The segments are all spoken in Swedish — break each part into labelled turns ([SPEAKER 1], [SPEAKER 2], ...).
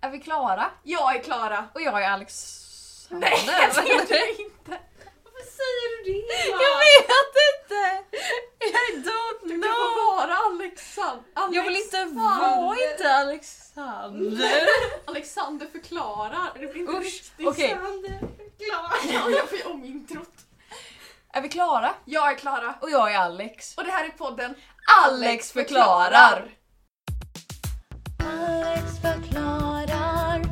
[SPEAKER 1] Är vi klara?
[SPEAKER 2] Jag är Klara.
[SPEAKER 1] Och jag är Alexander.
[SPEAKER 2] Nej, jag ser du inte. Varför säger du det?
[SPEAKER 1] Jag vet inte! I don't
[SPEAKER 2] Du kan
[SPEAKER 1] know!
[SPEAKER 2] få vara Alexander.
[SPEAKER 1] Jag vill inte vara inte Alexander!
[SPEAKER 2] Alexander förklarar. Det blir inte
[SPEAKER 1] Usch,
[SPEAKER 2] riktigt.
[SPEAKER 1] okej.
[SPEAKER 2] Ja, jag får om introt.
[SPEAKER 1] Är vi klara?
[SPEAKER 2] Jag är Klara.
[SPEAKER 1] Och jag är Alex.
[SPEAKER 2] Och det här är podden
[SPEAKER 1] Alex förklarar!
[SPEAKER 3] Alex förklarar.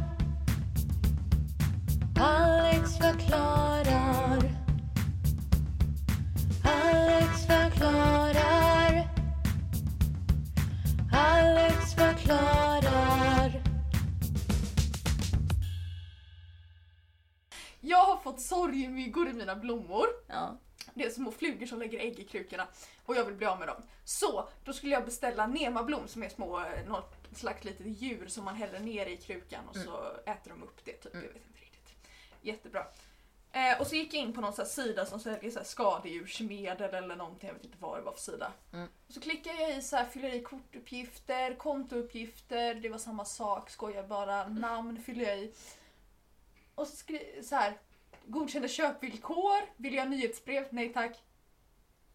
[SPEAKER 3] Alex förklarar. Alex förklarar. Alex förklarar.
[SPEAKER 2] Jag har fått sorgmyggor i mina blommor.
[SPEAKER 1] Ja.
[SPEAKER 2] Det är små flugor som lägger ägg i krukorna och jag vill bli av med dem. Så då skulle jag beställa nemablom som är små, eh, något slags litet djur som man häller ner i krukan och så äter de upp det. Typ. Jag vet inte riktigt. Jättebra. Eh, och så gick jag in på någon sån här sida som säljer så här skadedjursmedel eller någonting, jag vet inte vad det var för sida.
[SPEAKER 1] Mm.
[SPEAKER 2] Och så klickade jag i så här, fyller i kortuppgifter, kontouppgifter, det var samma sak, skojar bara, namn fyller jag i. Och så, skri- så här, Godkända köpvillkor. Vill jag nyhetsbrev? Nej tack.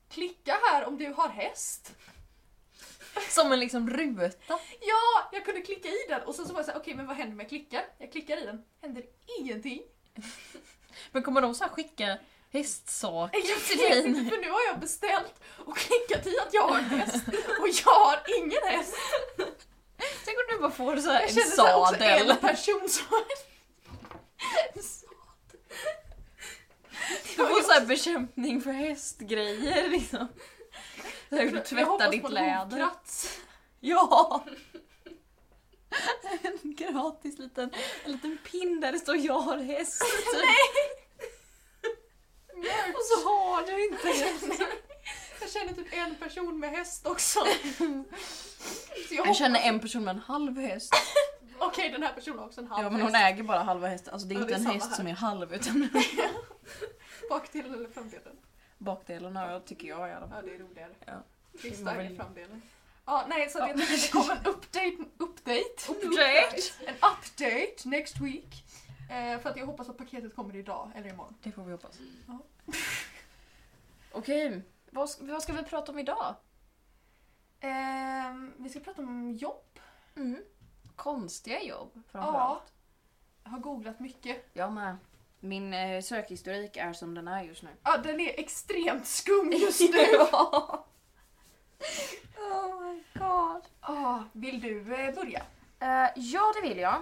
[SPEAKER 2] Klicka här om du har häst.
[SPEAKER 1] Som en liksom ruta.
[SPEAKER 2] Ja, jag kunde klicka i den och sen så var jag såhär, okej men vad händer om jag klickar? Jag klickar i den, händer ingenting.
[SPEAKER 1] Men kommer de så här skicka hästsaker
[SPEAKER 2] Jag
[SPEAKER 1] till
[SPEAKER 2] vet
[SPEAKER 1] dig?
[SPEAKER 2] inte, för nu har jag beställt och klickat i att jag har en häst och jag har ingen häst.
[SPEAKER 1] Tänk om du bara får så här
[SPEAKER 2] Jag
[SPEAKER 1] en
[SPEAKER 2] känner såhär också
[SPEAKER 1] sadel.
[SPEAKER 2] en person som har en sadel.
[SPEAKER 1] Du får så här bekämpning för hästgrejer liksom. Så här, hur du tvättar ditt läder. Ja! En gratis liten, en liten pin där det står jag har häst.
[SPEAKER 2] Nej!
[SPEAKER 1] Och så har du inte häst.
[SPEAKER 2] Jag känner typ en person med häst också. Så jag
[SPEAKER 1] Jag
[SPEAKER 2] hoppas-
[SPEAKER 1] känner en person med en halv häst.
[SPEAKER 2] Okej, den här personen har också en halv
[SPEAKER 1] Ja men hon
[SPEAKER 2] häst.
[SPEAKER 1] äger bara halva hästen. Alltså det är
[SPEAKER 2] Ja,
[SPEAKER 1] inte
[SPEAKER 2] det är
[SPEAKER 1] en
[SPEAKER 2] samma
[SPEAKER 1] häst
[SPEAKER 2] här.
[SPEAKER 1] som är halv utan
[SPEAKER 2] Bakdelen eller framdelen?
[SPEAKER 1] bakdelen har jag, tycker jag i alla fall.
[SPEAKER 2] Ja, det är roligare.
[SPEAKER 1] Ja.
[SPEAKER 2] Krista
[SPEAKER 1] Man
[SPEAKER 2] är
[SPEAKER 1] vill-
[SPEAKER 2] framdelen. Ja, nej, så
[SPEAKER 1] Ja.
[SPEAKER 2] att jag tänkte att det kommer en update, update,
[SPEAKER 1] Update.
[SPEAKER 2] en update next week. Eh, för att jag hoppas att paketet kommer idag eller imorgon.
[SPEAKER 1] Det får vi hoppas.
[SPEAKER 2] Ja.
[SPEAKER 1] Okej, vad, ska- vad ska vi prata om idag?
[SPEAKER 2] Ehm, vi ska prata om jobb.
[SPEAKER 1] Mm. Konstiga jobb framförallt.
[SPEAKER 2] Jag har googlat mycket.
[SPEAKER 1] Ja. Jag med. Min eh, sökhistorik är som den är just nu.
[SPEAKER 2] Ja, den är extremt skum just nu.
[SPEAKER 1] Ja. oh my god.
[SPEAKER 2] Ja, vill du eh, börja?
[SPEAKER 1] Eh, ja, det vill jag.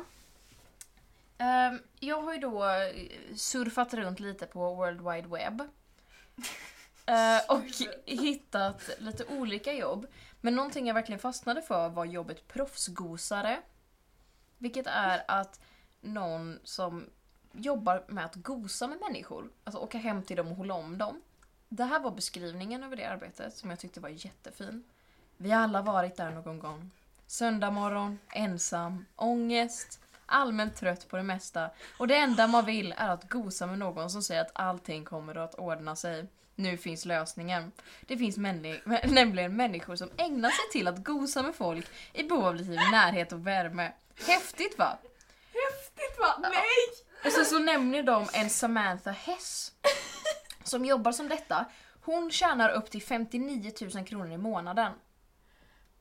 [SPEAKER 1] Ehm, jag har ju då eh, surfat runt lite på World Wide Web. Eh, och hittat lite olika jobb. Men någonting jag verkligen fastnade för var jobbet proffsgosare. Vilket är att någon som jobbar med att gosa med människor, alltså åka hem till dem och hålla om dem. Det här var beskrivningen över det arbetet som jag tyckte var jättefin. Vi har alla varit där någon gång. Söndag morgon, ensam, ångest, allmänt trött på det mesta. Och det enda man vill är att gosa med någon som säger att allting kommer att ordna sig. Nu finns lösningen. Det finns männi- nämligen människor som ägnar sig till att gosa med folk i behov av lite närhet och värme. Häftigt va?
[SPEAKER 2] Häftigt va? Nej!
[SPEAKER 1] Och sen så nämner de en Samantha Hess som jobbar som detta. Hon tjänar upp till 59 000 kronor i månaden.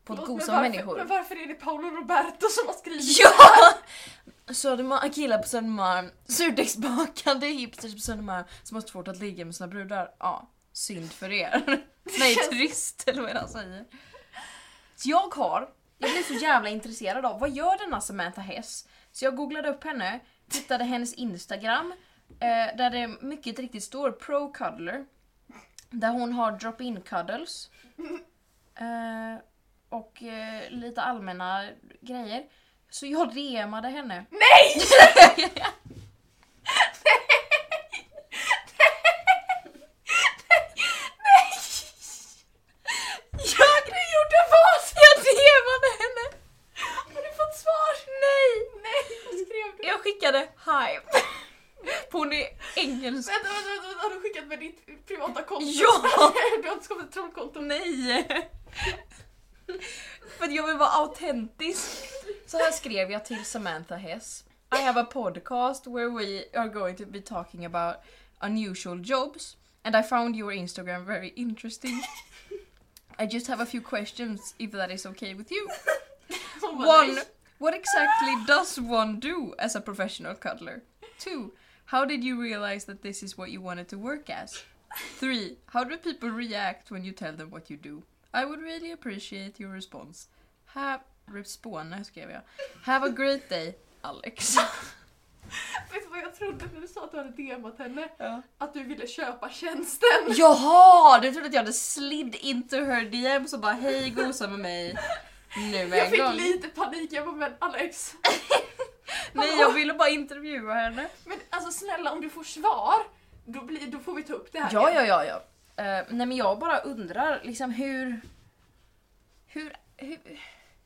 [SPEAKER 1] På att
[SPEAKER 2] Förlåt,
[SPEAKER 1] gosa
[SPEAKER 2] men
[SPEAKER 1] med
[SPEAKER 2] varför-
[SPEAKER 1] människor.
[SPEAKER 2] Men varför är det Paolo Roberto som har skrivit
[SPEAKER 1] Ja! Södermalm, killar på Södermalm, surdegsbakande hipsters på Södermalm som har svårt att ligga med sina brudar. Ja, synd för er. Nej, trist eller vad jag säger. Så jag har, jag blev så jävla intresserad av, vad gör denna Samantha Hess? Så jag googlade upp henne, hittade hennes Instagram, eh, där det mycket riktigt står pro cuddler. Där hon har drop-in cuddles. Eh, och eh, lite allmänna grejer. Så jag DMade henne.
[SPEAKER 2] Jag du gjorde vad?
[SPEAKER 1] Jag DMade henne!
[SPEAKER 2] Har du fått svar?
[SPEAKER 1] Nej!
[SPEAKER 2] Nej, vad skrev du?
[SPEAKER 1] Jag skickade hi. På hon är engelsk.
[SPEAKER 2] Vänta, vänta, vänta, vänta, har du skickat med ditt privata konto?
[SPEAKER 1] Ja!
[SPEAKER 2] Du har inte skapat ett trollkonto?
[SPEAKER 1] Nej! För att jag vill vara autentisk. Så här skrev jag till Samantha Hess. I have a podcast where we are going to be talking about unusual jobs and I found your Instagram very interesting. I just have a few questions if that is okay with you.
[SPEAKER 2] Hon bara,
[SPEAKER 1] One, what exactly does one do as a professional cuddler? Two, how did you realize that this is what you wanted to work as? Three, how do people react when you tell them what you do? I would really appreciate your response. Have... Respåne skrev jag. Have a great day, Alex.
[SPEAKER 2] Vet du vad jag trodde när du sa att du hade DMat henne? Att du ville köpa tjänsten.
[SPEAKER 1] Jaha! Du trodde att jag hade slid into her DM så bara hej gosa med mig nu med
[SPEAKER 2] Jag
[SPEAKER 1] en gång.
[SPEAKER 2] fick lite panik, jag bara men Alex.
[SPEAKER 1] Nej jag ville bara intervjua henne.
[SPEAKER 2] Men alltså snälla om du får svar, då, blir, då får vi ta upp det här
[SPEAKER 1] Ja,
[SPEAKER 2] igen.
[SPEAKER 1] ja, ja. ja. Eh, nej men jag bara undrar liksom hur... Hur, hur,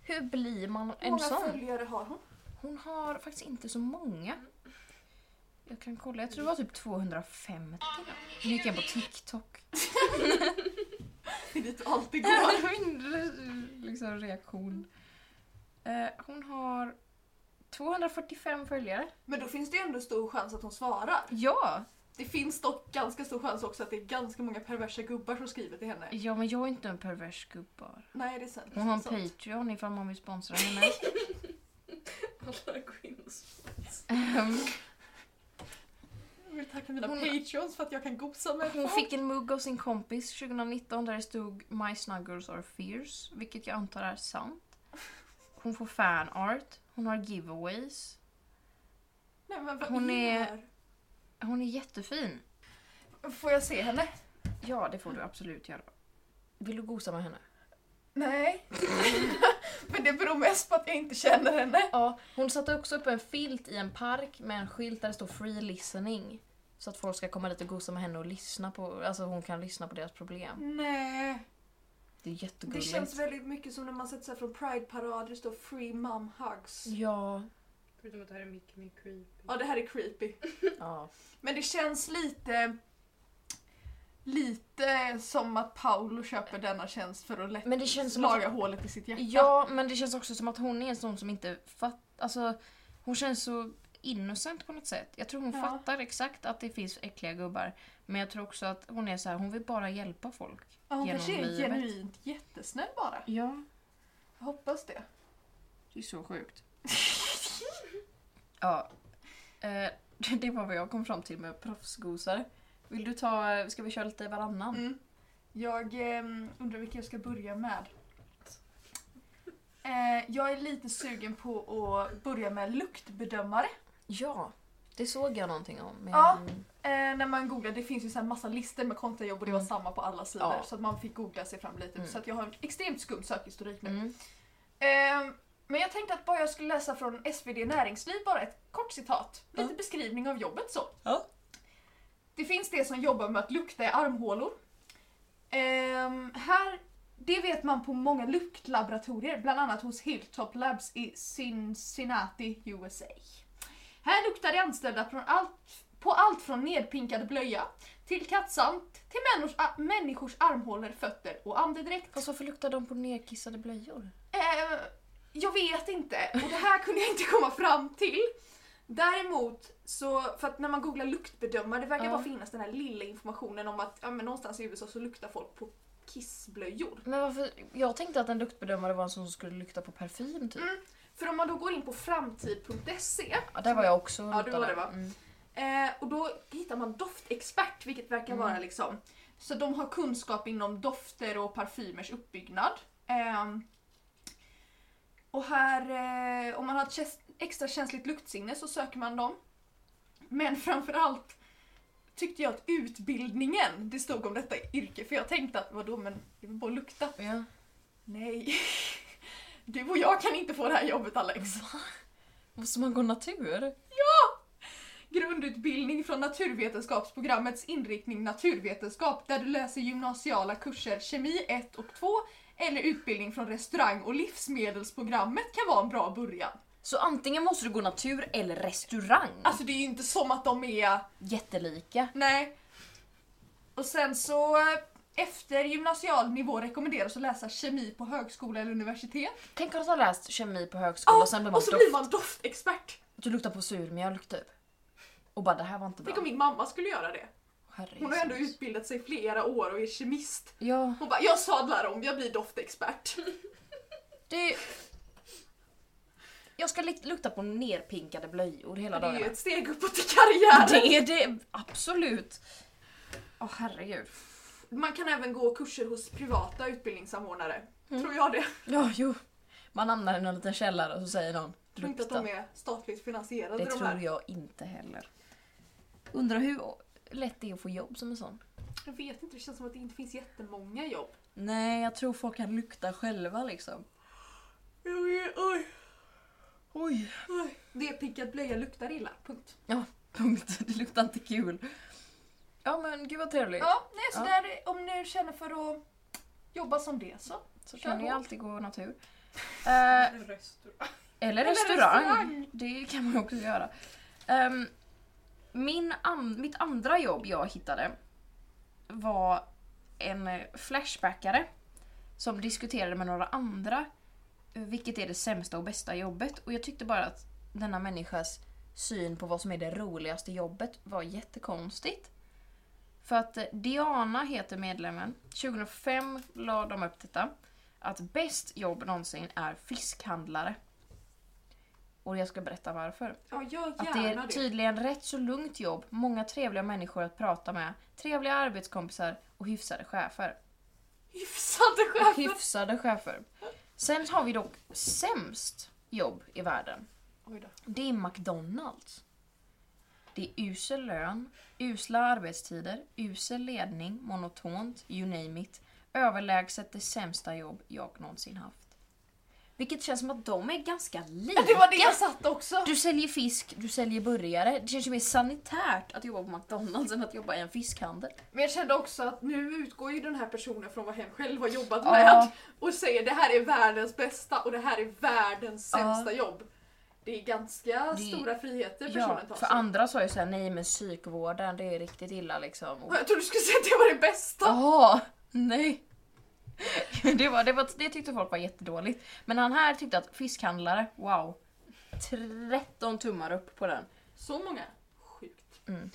[SPEAKER 1] hur blir man
[SPEAKER 2] Hur
[SPEAKER 1] en
[SPEAKER 2] många
[SPEAKER 1] sån?
[SPEAKER 2] följare har hon?
[SPEAKER 1] Hon har faktiskt inte så många. Jag kan kolla, jag tror det var typ 250. Nu gick jag på TikTok.
[SPEAKER 2] Det är dit du alltid går.
[SPEAKER 1] Min liksom, reaktion. Eh, hon har 245 följare.
[SPEAKER 2] Men då finns det ju ändå stor chans att hon svarar.
[SPEAKER 1] Ja!
[SPEAKER 2] Det finns dock ganska stor chans också att det är ganska många perversa gubbar som skriver till henne.
[SPEAKER 1] Ja men jag är inte en pervers gubbar.
[SPEAKER 2] Nej, det är sant.
[SPEAKER 1] Hon har en
[SPEAKER 2] Sant.
[SPEAKER 1] Patreon ifall man vill sponsra henne.
[SPEAKER 4] Alla går in och så-
[SPEAKER 1] Ehm,
[SPEAKER 2] Jag vill tacka mina
[SPEAKER 1] Hon-
[SPEAKER 2] patreons för att jag kan gosa med
[SPEAKER 1] Hon
[SPEAKER 2] folk.
[SPEAKER 1] fick en mugg av sin kompis 2019 där det stod My snuggles are fierce, vilket jag antar är sant. Hon får fanart, hon har giveaways.
[SPEAKER 2] Nej, men vad
[SPEAKER 1] hon
[SPEAKER 2] det
[SPEAKER 1] är-
[SPEAKER 2] här?
[SPEAKER 1] Hon är jättefin.
[SPEAKER 2] Får jag se henne?
[SPEAKER 1] Ja, det får du absolut göra. Vill du gosa med henne?
[SPEAKER 2] Nej. men det beror mest på att jag inte känner henne.
[SPEAKER 1] Ja, hon satte också upp en filt i en park med en skylt där det står Free listening. Så att folk ska komma dit och gosa med henne och lyssna på, alltså hon kan lyssna på deras problem.
[SPEAKER 2] Nej.
[SPEAKER 1] Det är
[SPEAKER 2] Det
[SPEAKER 1] jättegulligt.
[SPEAKER 2] känns väldigt mycket som när man sätter sig från Pride-parader det står Free Mom Hugs.
[SPEAKER 1] Ja,
[SPEAKER 4] Förutom att det här är mycket mer creepy.
[SPEAKER 2] Ja, det här är creepy.
[SPEAKER 1] ja.
[SPEAKER 2] Men det känns lite... Lite som att Paolo köper denna tjänst för att lätt
[SPEAKER 1] Men det känns som att
[SPEAKER 2] laga hålet i sitt hjärta.
[SPEAKER 1] Ja, men det känns också som att hon är en sån som inte fattar... Alltså, hon känns så innocent på något sätt. Jag tror hon
[SPEAKER 2] Ja.
[SPEAKER 1] fattar exakt att det finns äckliga gubbar. Men jag tror också att hon är så här, hon vill bara hjälpa folk.
[SPEAKER 2] Ja, hon
[SPEAKER 1] genom
[SPEAKER 2] kanske är
[SPEAKER 1] livet.
[SPEAKER 2] genuint jättesnäll bara.
[SPEAKER 1] Ja,
[SPEAKER 2] Jag hoppas det.
[SPEAKER 1] det är så sjukt. ja. Eh, det var vad jag kom fram till med proffsgosar. Vill du ta... Ska vi köra lite varannan?
[SPEAKER 2] Mm. Jag ehm, undrar vilken jag ska börja med. Eh, jag är lite sugen på att börja med luktbedömare.
[SPEAKER 1] Ja, det såg jag någonting om. Men...
[SPEAKER 2] Ja. Eh, när man googlar, det finns ju så här massa listor med konstiga jobb och det var
[SPEAKER 1] Mm.
[SPEAKER 2] samma på alla sidor.
[SPEAKER 1] Ja.
[SPEAKER 2] Så att man fick googla sig fram lite.
[SPEAKER 1] Mm.
[SPEAKER 2] Så att jag har en extremt skum sökhistorik nu.
[SPEAKER 1] Mm.
[SPEAKER 2] Ehm, men jag tänkte att bara jag skulle läsa från SvD Näringsliv, bara ett kort citat. Lite
[SPEAKER 1] Ja.
[SPEAKER 2] beskrivning av jobbet så.
[SPEAKER 1] Ja.
[SPEAKER 2] Det finns det som jobbar med att lukta i armhålor. Ehm, här, det vet man på många luktlaboratorier, bland annat hos Hilltop Labs i Cincinnati, USA. Här luktar de anställda från allt, på allt från nedpinkad blöja till kattsand till människors, människors armhålor, fötter och andedräkt.
[SPEAKER 1] Fast varför luktar de på nerkissade blöjor?
[SPEAKER 2] Eh, jag vet inte. Och det här kunde jag inte komma fram till. Däremot så, för att när man googlar luktbedömare, det verkar
[SPEAKER 1] Ja.
[SPEAKER 2] bara finnas den här lilla informationen om att ja, men någonstans i USA så luktar folk på kissblöjor.
[SPEAKER 1] Men varför? Jag tänkte att en luktbedömare var en sån som skulle lukta på parfym typ.
[SPEAKER 2] Mm. För om man då går in på framtid.se
[SPEAKER 1] Ja, där var jag också och
[SPEAKER 2] Ja, du
[SPEAKER 1] luktade.
[SPEAKER 2] var det, va?
[SPEAKER 1] Mm.
[SPEAKER 2] eh, och då hittar man doftexpert vilket verkar vara liksom så de har kunskap inom dofter och parfymers uppbyggnad. Ehm, och här, eh, om man har ett käns- extra känsligt luktsinne så söker man dem. Men framförallt tyckte jag att utbildningen, det stod om detta yrke, för jag tänkte att vadå men det är väl bara att lukta.
[SPEAKER 1] Ja.
[SPEAKER 2] Nej. Du och jag kan inte få det här jobbet Alex.
[SPEAKER 1] Måste man gå natur?
[SPEAKER 2] Grundutbildning från naturvetenskapsprogrammets inriktning naturvetenskap där du läser gymnasiala kurser kemi 1 och 2 eller utbildning från restaurang och livsmedelsprogrammet kan vara en bra början.
[SPEAKER 1] Så antingen måste du gå natur eller restaurang.
[SPEAKER 2] Alltså det är ju inte som att de är...
[SPEAKER 1] Jättelika.
[SPEAKER 2] Nej. Och sen så eh, Efter gymnasial nivå rekommenderas att läsa kemi på högskola eller universitet.
[SPEAKER 1] Tänk att ha läst kemi på högskola och sen blir man,
[SPEAKER 2] och så
[SPEAKER 1] doft-
[SPEAKER 2] blir man doftexpert.
[SPEAKER 1] Du luktar på surmjölk typ. Och bara det här var inte bra.
[SPEAKER 2] Tänk om min mamma skulle göra det.
[SPEAKER 1] Herre
[SPEAKER 2] Hon har ändå
[SPEAKER 1] Jesus.
[SPEAKER 2] utbildat sig flera år och är kemist.
[SPEAKER 1] Ja,
[SPEAKER 2] Hon bara, jag sadlar om, jag blir doftexpert.
[SPEAKER 1] det... Jag ska lik- lukta på nerpinkade blöjor hela
[SPEAKER 2] Det är ju
[SPEAKER 1] dagarna.
[SPEAKER 2] ett steg uppåt i karriären.
[SPEAKER 1] Det är det absolut. Åh herregud.
[SPEAKER 2] Man kan även gå kurser hos privata utbildningssamordnare. Tror jag det.
[SPEAKER 1] Ja, jo. Man hamnar i någon liten källare och så säger någon
[SPEAKER 2] Jag tror inte att de är statligt finansierade
[SPEAKER 1] Det
[SPEAKER 2] de här.
[SPEAKER 1] tror jag inte heller. Undrar hur lätt det är att få jobb som en sån.
[SPEAKER 2] Jag vet inte, det känns som att det inte finns jättemånga jobb.
[SPEAKER 1] Nej, jag tror folk kan lukta själva liksom.
[SPEAKER 2] Oj, oj,
[SPEAKER 1] Oj.
[SPEAKER 2] oj. Det är pickad blöja luktar illa, punkt.
[SPEAKER 1] Punkt. Det luktar inte kul. Ja men gud vad trevligt.
[SPEAKER 2] Ja, nej, så
[SPEAKER 1] Ja.
[SPEAKER 2] där, om ni känner för att jobba som det så.
[SPEAKER 1] så
[SPEAKER 2] kör
[SPEAKER 1] kan ni
[SPEAKER 2] på.
[SPEAKER 1] alltid gå natur. Eh,
[SPEAKER 4] En restaurang.
[SPEAKER 1] Eller restaurang. Det kan man också göra. Ehm, min an- mitt andra jobb jag hittade var en eh, flashbackare som diskuterade med några andra eh, vilket är det sämsta och bästa jobbet. Och jag tyckte bara att denna människas syn på vad som är det roligaste jobbet var jättekonstigt. För att eh, Diana heter medlemmen. 2005 la de upp detta. Att bäst jobb någonsin är fiskhandlare. Och jag ska berätta varför.
[SPEAKER 2] Ja, gör
[SPEAKER 1] Att det
[SPEAKER 2] gärna
[SPEAKER 1] är
[SPEAKER 2] det. typ-
[SPEAKER 1] tydligen rätt så lugnt jobb, många trevliga människor att prata med, trevliga arbetskompisar och hyfsade chefer.
[SPEAKER 2] Hyfsade chefer.
[SPEAKER 1] Hyfsade chefer. Sen har vi dock sämst jobb i världen.
[SPEAKER 2] Oj då.
[SPEAKER 1] Det är McDonalds. Det är usel lön, usla arbetstider, usel ledning, monotont, you name it. Överlägset det sämsta jobb jag någonsin haft. Vilket känns som att de är ganska lika.
[SPEAKER 2] Det var det jag satt också.
[SPEAKER 1] Du säljer fisk, du säljer burgare. Det känns ju mer sanitärt att jobba på McDonalds än att jobba i en fiskhandel.
[SPEAKER 2] Men jag kände också att nu utgår ju den här personen från vad hen själv har jobbat
[SPEAKER 1] Ja.
[SPEAKER 2] med och säger det här är världens bästa och det här är världens
[SPEAKER 1] Ja.
[SPEAKER 2] sämsta jobb. Det är ganska
[SPEAKER 1] Det-
[SPEAKER 2] stora
[SPEAKER 1] Ja,
[SPEAKER 2] friheter personen alltså. tar
[SPEAKER 1] för
[SPEAKER 2] sig.
[SPEAKER 1] andra sa ju såhär, nej men psykvården det är riktigt illa liksom. Och-
[SPEAKER 2] Jag trodde du skulle säga att det var det bästa.
[SPEAKER 1] Jaha, nej. Det, var, det, var, det tyckte folk var jättedåligt. Men han här tyckte att fiskhandlare, wow. 13 tummar upp på den.
[SPEAKER 2] Så många? Sjukt.
[SPEAKER 1] Mm.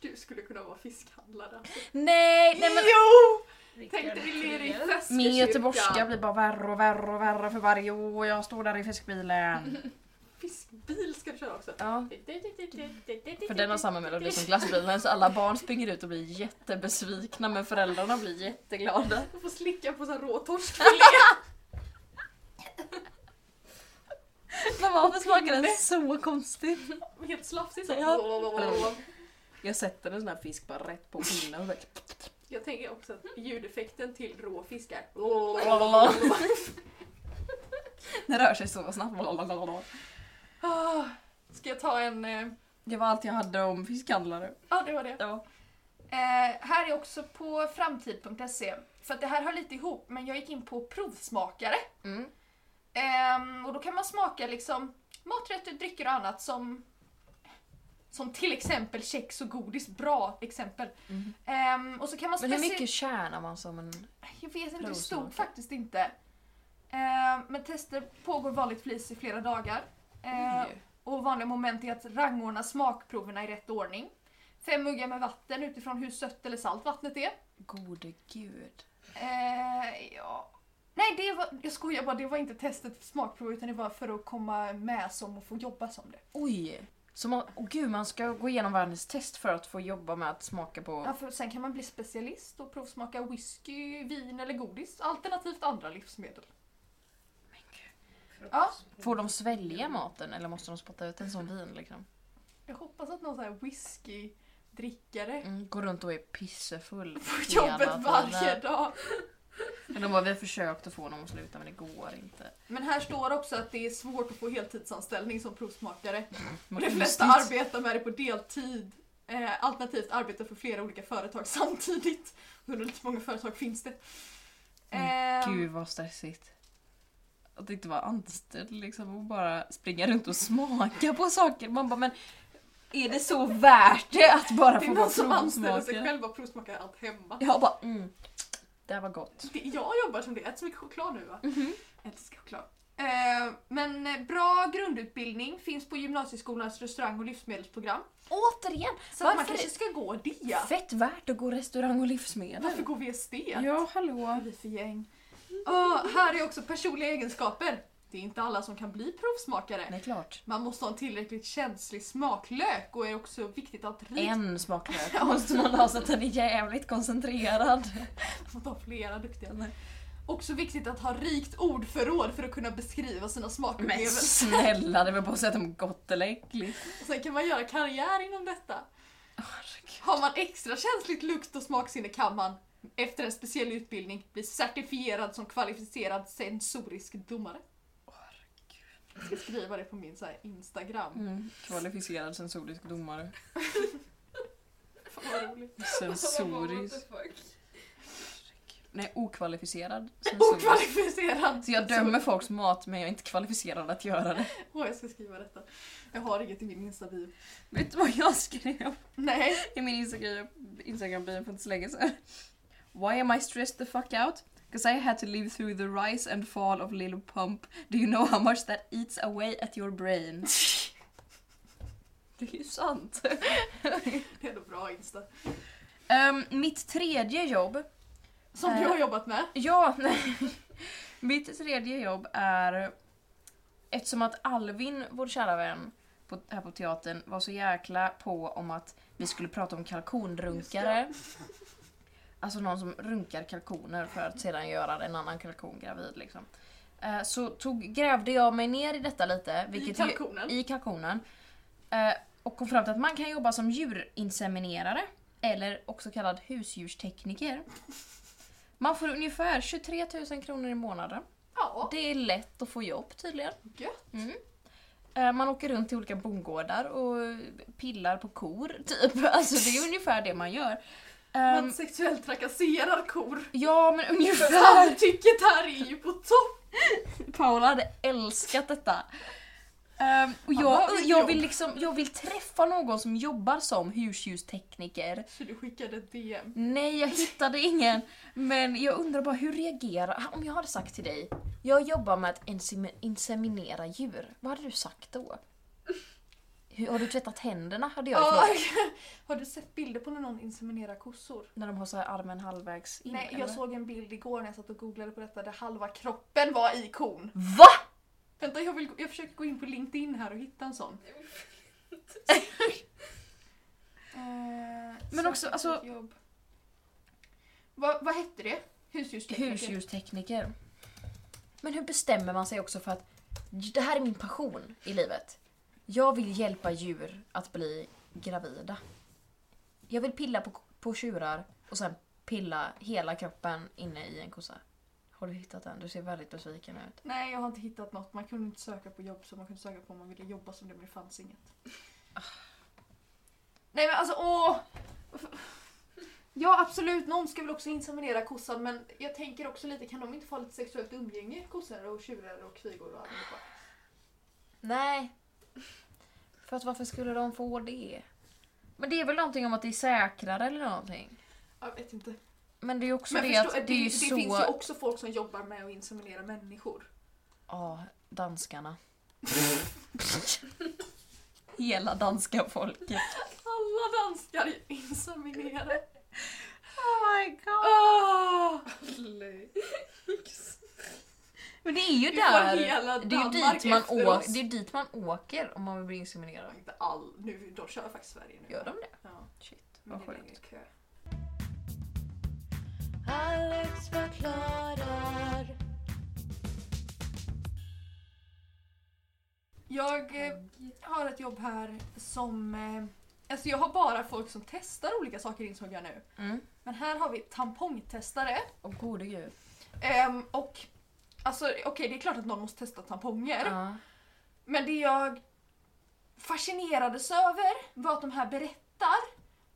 [SPEAKER 2] Du skulle kunna vara fiskhandlare.
[SPEAKER 1] Nej, nej men
[SPEAKER 2] Jo! Tänk
[SPEAKER 4] Rickard
[SPEAKER 2] dig vi ler i
[SPEAKER 4] Flyer.
[SPEAKER 2] Feskekyrkan.
[SPEAKER 1] Min göteborgska blir bara värre och värre och värre för varje år och jag står där i fiskbilen.
[SPEAKER 2] Fiskbil ska du köra också.
[SPEAKER 1] Ja, För den har samma melodi som glassbilen så alla barn springer ut och blir jättebesvikna men föräldrarna blir jätteglada.
[SPEAKER 2] Du får slicka på sån här råtorsk.
[SPEAKER 1] Men varför smakar den så konstigt?
[SPEAKER 2] Helt slafsig så.
[SPEAKER 1] Ja. Jag sätter en sån här fisk bara rätt på pinnen och så
[SPEAKER 2] Jag tänker också att
[SPEAKER 1] Mm.
[SPEAKER 2] ljudeffekten till rå fisk är...
[SPEAKER 1] Den rör sig så snabbt.
[SPEAKER 2] Ah, Ska jag ta en... eh,
[SPEAKER 1] Det var allt jag hade om fiskhandlare.
[SPEAKER 2] Ja, det var det.
[SPEAKER 1] Ja.
[SPEAKER 2] Eh, här är också på framtid.se. För att det här hör lite ihop, men jag gick in på provsmakare.
[SPEAKER 1] Mm.
[SPEAKER 2] Ehm, och då kan man smaka liksom maträtter, drycker och annat som som till exempel kex och godis, bra exempel.
[SPEAKER 1] Mm.
[SPEAKER 2] Ehm, och så kan man
[SPEAKER 1] Men hur
[SPEAKER 2] speci-
[SPEAKER 1] mycket tjänar man som en...
[SPEAKER 2] Jag vet inte, det
[SPEAKER 1] Provsmakare?
[SPEAKER 2] stod faktiskt inte. Ehm, men tester pågår vanligt flis i flera dagar. Ehm, och vanliga moment är att rangordna smakproverna i rätt ordning. Fem muggar med vatten utifrån hur sött eller salt vattnet är.
[SPEAKER 1] Gode gud.
[SPEAKER 2] Eh, ja. Nej, det var, jag skojar bara. Det var inte testet för smakprov utan det var för att komma med som och få jobba som det.
[SPEAKER 1] Oj! Så man, åh gud, man ska gå igenom världens test för att få jobba med att smaka
[SPEAKER 2] Ja,
[SPEAKER 1] på...
[SPEAKER 2] för sen kan man bli specialist och provsmaka whisky, vin eller godis alternativt andra livsmedel. Ja,
[SPEAKER 1] Får de svälja maten eller måste de spotta ut den som vin liksom?
[SPEAKER 2] jag hoppas att någon sån här whiskydrickare
[SPEAKER 1] Mm, går runt och är pissefull
[SPEAKER 2] på
[SPEAKER 1] hela
[SPEAKER 2] jobbet
[SPEAKER 1] tiden.
[SPEAKER 2] varje dag.
[SPEAKER 1] Men de bara, vi har försökt att få någon att sluta men det går inte.
[SPEAKER 2] Men här står också att det är svårt att få heltidsanställning som provsmakare. Och
[SPEAKER 1] Men
[SPEAKER 2] de flesta
[SPEAKER 1] konstigt.
[SPEAKER 2] arbetar med det på deltid. Eh, alternativt arbetar för flera olika företag samtidigt. Undrar lite hur många företag finns det? Ehm,
[SPEAKER 1] Gud vad stressigt. Att inte vara anställd liksom och bara springa runt och smaka på saker. Man bara, men är det så värt det att bara
[SPEAKER 2] det
[SPEAKER 1] få
[SPEAKER 2] är
[SPEAKER 1] vara
[SPEAKER 2] någon som anställer sig
[SPEAKER 1] provsmakare?
[SPEAKER 2] själv och provsmakar allt hemma.
[SPEAKER 1] Jag bara, mm. Det här var gott.
[SPEAKER 2] Det- Jag jobbar som det, jag äter så mycket choklad nu va?
[SPEAKER 1] Mhm.
[SPEAKER 2] Älskar choklad. Eh, men eh, bra grundutbildning finns på gymnasieskolans restaurang och livsmedelsprogram.
[SPEAKER 1] Återigen!
[SPEAKER 2] Så att man
[SPEAKER 1] varför
[SPEAKER 2] kanske
[SPEAKER 1] är
[SPEAKER 2] ska gå det.
[SPEAKER 1] det fett värt att gå restaurang och livsmedel?
[SPEAKER 2] Varför går vi ST? Vad
[SPEAKER 1] hallå.
[SPEAKER 2] är vi för gäng? Ah, här är också personliga egenskaper. Det är inte alla som kan bli proffsmakare.
[SPEAKER 1] Nej, klart.
[SPEAKER 2] Man måste ha en tillräckligt känslig smaklök och är också viktigt att ha ett
[SPEAKER 1] En smaklök måste man ha så att den är jävligt koncentrerad.
[SPEAKER 2] rikt... ta flera duktiga. Också viktigt att ha rikt ordförråd för att kunna beskriva sina
[SPEAKER 1] Men
[SPEAKER 2] smakupplevelser.
[SPEAKER 1] snälla, det var bara att säga att de är gott eller äckligt.
[SPEAKER 2] Sen kan man göra karriär inom detta.
[SPEAKER 1] Herregud.
[SPEAKER 2] Har man extra känsligt lukt och smaksinne kan man efter en speciell utbildning bli certifierad som kvalificerad sensorisk domare. Jag ska skriva det på min så här Instagram.
[SPEAKER 1] Mm. Kvalificerad sensorisk domare.
[SPEAKER 2] Fan vad roligt.
[SPEAKER 1] Sensorisk. Nej, okvalificerad sensorisk.
[SPEAKER 2] Okvalificerad!
[SPEAKER 1] Så jag dömer folks mat men jag är inte kvalificerad att göra det.
[SPEAKER 2] Åh, jag ska skriva detta. Jag har inget i min Insta-bio.
[SPEAKER 1] Vet du vad jag skrev
[SPEAKER 2] Nej.
[SPEAKER 1] i min Instagram- Instagram-bio för inte så länge sedan? Why am I stressed the fuck out? Because I had to live through the rise and fall of Lil Pump. Do you know how much that eats away at your brain? Det är ju sant.
[SPEAKER 2] Det är ändå bra Insta.
[SPEAKER 1] Ehm, mitt tredje jobb
[SPEAKER 2] Som
[SPEAKER 1] Eh.
[SPEAKER 2] du har jobbat med.
[SPEAKER 1] Ja, nej. Mitt tredje jobb är... Eftersom att Alvin, vår kära vän på, här på teatern, var så jäkla på om att vi skulle prata om kalkonrunkare. Alltså någon som runkar kalkoner för att sedan göra en annan kalkon gravid. Liksom. Eh, Så tog, grävde jag mig ner i detta lite.
[SPEAKER 2] I
[SPEAKER 1] Vilket ju-
[SPEAKER 2] kalkonen.
[SPEAKER 1] i kalkonen. Eh, och kom fram till att man kan jobba som djurinseminerare eller också kallad husdjurstekniker. Man får ungefär 23 000 kronor i månaden.
[SPEAKER 2] Ja,
[SPEAKER 1] Det är lätt att få jobb tydligen. Mm.
[SPEAKER 2] gött.
[SPEAKER 1] Eh, man åker runt till olika bondgårdar och pillar på kor typ. Alltså det är ungefär det man gör. Ehm,
[SPEAKER 2] Man sexuellt trakasserar kor.
[SPEAKER 1] ja men ungefär.
[SPEAKER 2] Samtycket här är ju på topp!
[SPEAKER 1] Paula hade älskat detta. Ehm, och
[SPEAKER 2] Han
[SPEAKER 1] jag,
[SPEAKER 2] behöver ett
[SPEAKER 1] jag,
[SPEAKER 2] jobb.
[SPEAKER 1] vill liksom, jag vill träffa någon som jobbar som husdjurstekniker.
[SPEAKER 2] Så du skickade ett DM.
[SPEAKER 1] Nej, jag hittade ingen. Men jag undrar bara hur reagerar... Om jag hade sagt till dig, jag jobbar med att insemi- inseminera djur. Vad hade du sagt då? Hur, har du tvättat händerna? Hade jag
[SPEAKER 2] Ja,
[SPEAKER 1] frågat.
[SPEAKER 2] har du sett bilder på när någon inseminerar kossor?
[SPEAKER 1] När de har så här armen halvvägs in.
[SPEAKER 2] Nej,
[SPEAKER 1] eller?
[SPEAKER 2] jag såg en bild igår när jag satt och googlade på detta där halva kroppen var i kon.
[SPEAKER 1] VA?
[SPEAKER 2] Vänta, jag, vill, jag försöker gå in på LinkedIn här och hitta en sån.
[SPEAKER 1] Men också, alltså-
[SPEAKER 2] Eh, Jobb. Vad, vad hette det? Husdjurstekniker?
[SPEAKER 1] Husdjurstekniker. Men hur bestämmer man sig också för att det här är min passion i livet. Jag vill hjälpa djur att bli gravida. Jag vill pilla på, på tjurar och sen pilla hela kroppen inne i en kossa. Har du hittat den? Du ser väldigt besviken ut.
[SPEAKER 2] Nej, jag har inte hittat något. Man kunde inte söka på jobb så man kunde söka på om man ville jobba som det, men det fanns inget. Nej men alltså åh! Ja absolut, någon ska väl också inseminera kossan men jag tänker också lite, kan de inte få lite sexuellt umgänge kossor och tjurar och kvigor och allihopa?
[SPEAKER 1] Nej. För att varför skulle de få det? Men det är väl någonting om att det är säkrare eller någonting?
[SPEAKER 2] Jag vet inte.
[SPEAKER 1] Men det är ju också
[SPEAKER 2] Men
[SPEAKER 1] det
[SPEAKER 2] förstå,
[SPEAKER 1] att det, är ju
[SPEAKER 2] det
[SPEAKER 1] så...
[SPEAKER 2] finns ju också folk som jobbar med att inseminera människor.
[SPEAKER 1] Ja, danskarna. Hela danska folket.
[SPEAKER 2] Alla danskar inseminerar.
[SPEAKER 1] Oh my god.
[SPEAKER 2] Ah!
[SPEAKER 1] Men det är ju
[SPEAKER 2] Vi får
[SPEAKER 1] där.
[SPEAKER 2] hela
[SPEAKER 1] Det är ju
[SPEAKER 2] Danmark
[SPEAKER 1] dit man,
[SPEAKER 2] efter
[SPEAKER 1] å-
[SPEAKER 2] oss.
[SPEAKER 1] det är dit man åker om man vill bli inseminerad.
[SPEAKER 2] Inte all, nu, de kör faktiskt Sverige nu.
[SPEAKER 1] Gör de det?
[SPEAKER 2] Ja,
[SPEAKER 1] Shit,
[SPEAKER 2] men
[SPEAKER 1] vad
[SPEAKER 2] det är längre
[SPEAKER 1] sjukt.
[SPEAKER 2] kö.
[SPEAKER 3] Alex förklarar.
[SPEAKER 2] Jag eh, har ett jobb här som... Eh, alltså jag har bara folk som testar olika saker insåg jag nu.
[SPEAKER 1] Mm.
[SPEAKER 2] Men här har vi tampongtestare.
[SPEAKER 1] Åh gode gud.
[SPEAKER 2] Ehm, och alltså okej, det är klart att någon måste testa tamponger.
[SPEAKER 1] Ja.
[SPEAKER 2] Men det jag fascinerades över var att de här berättar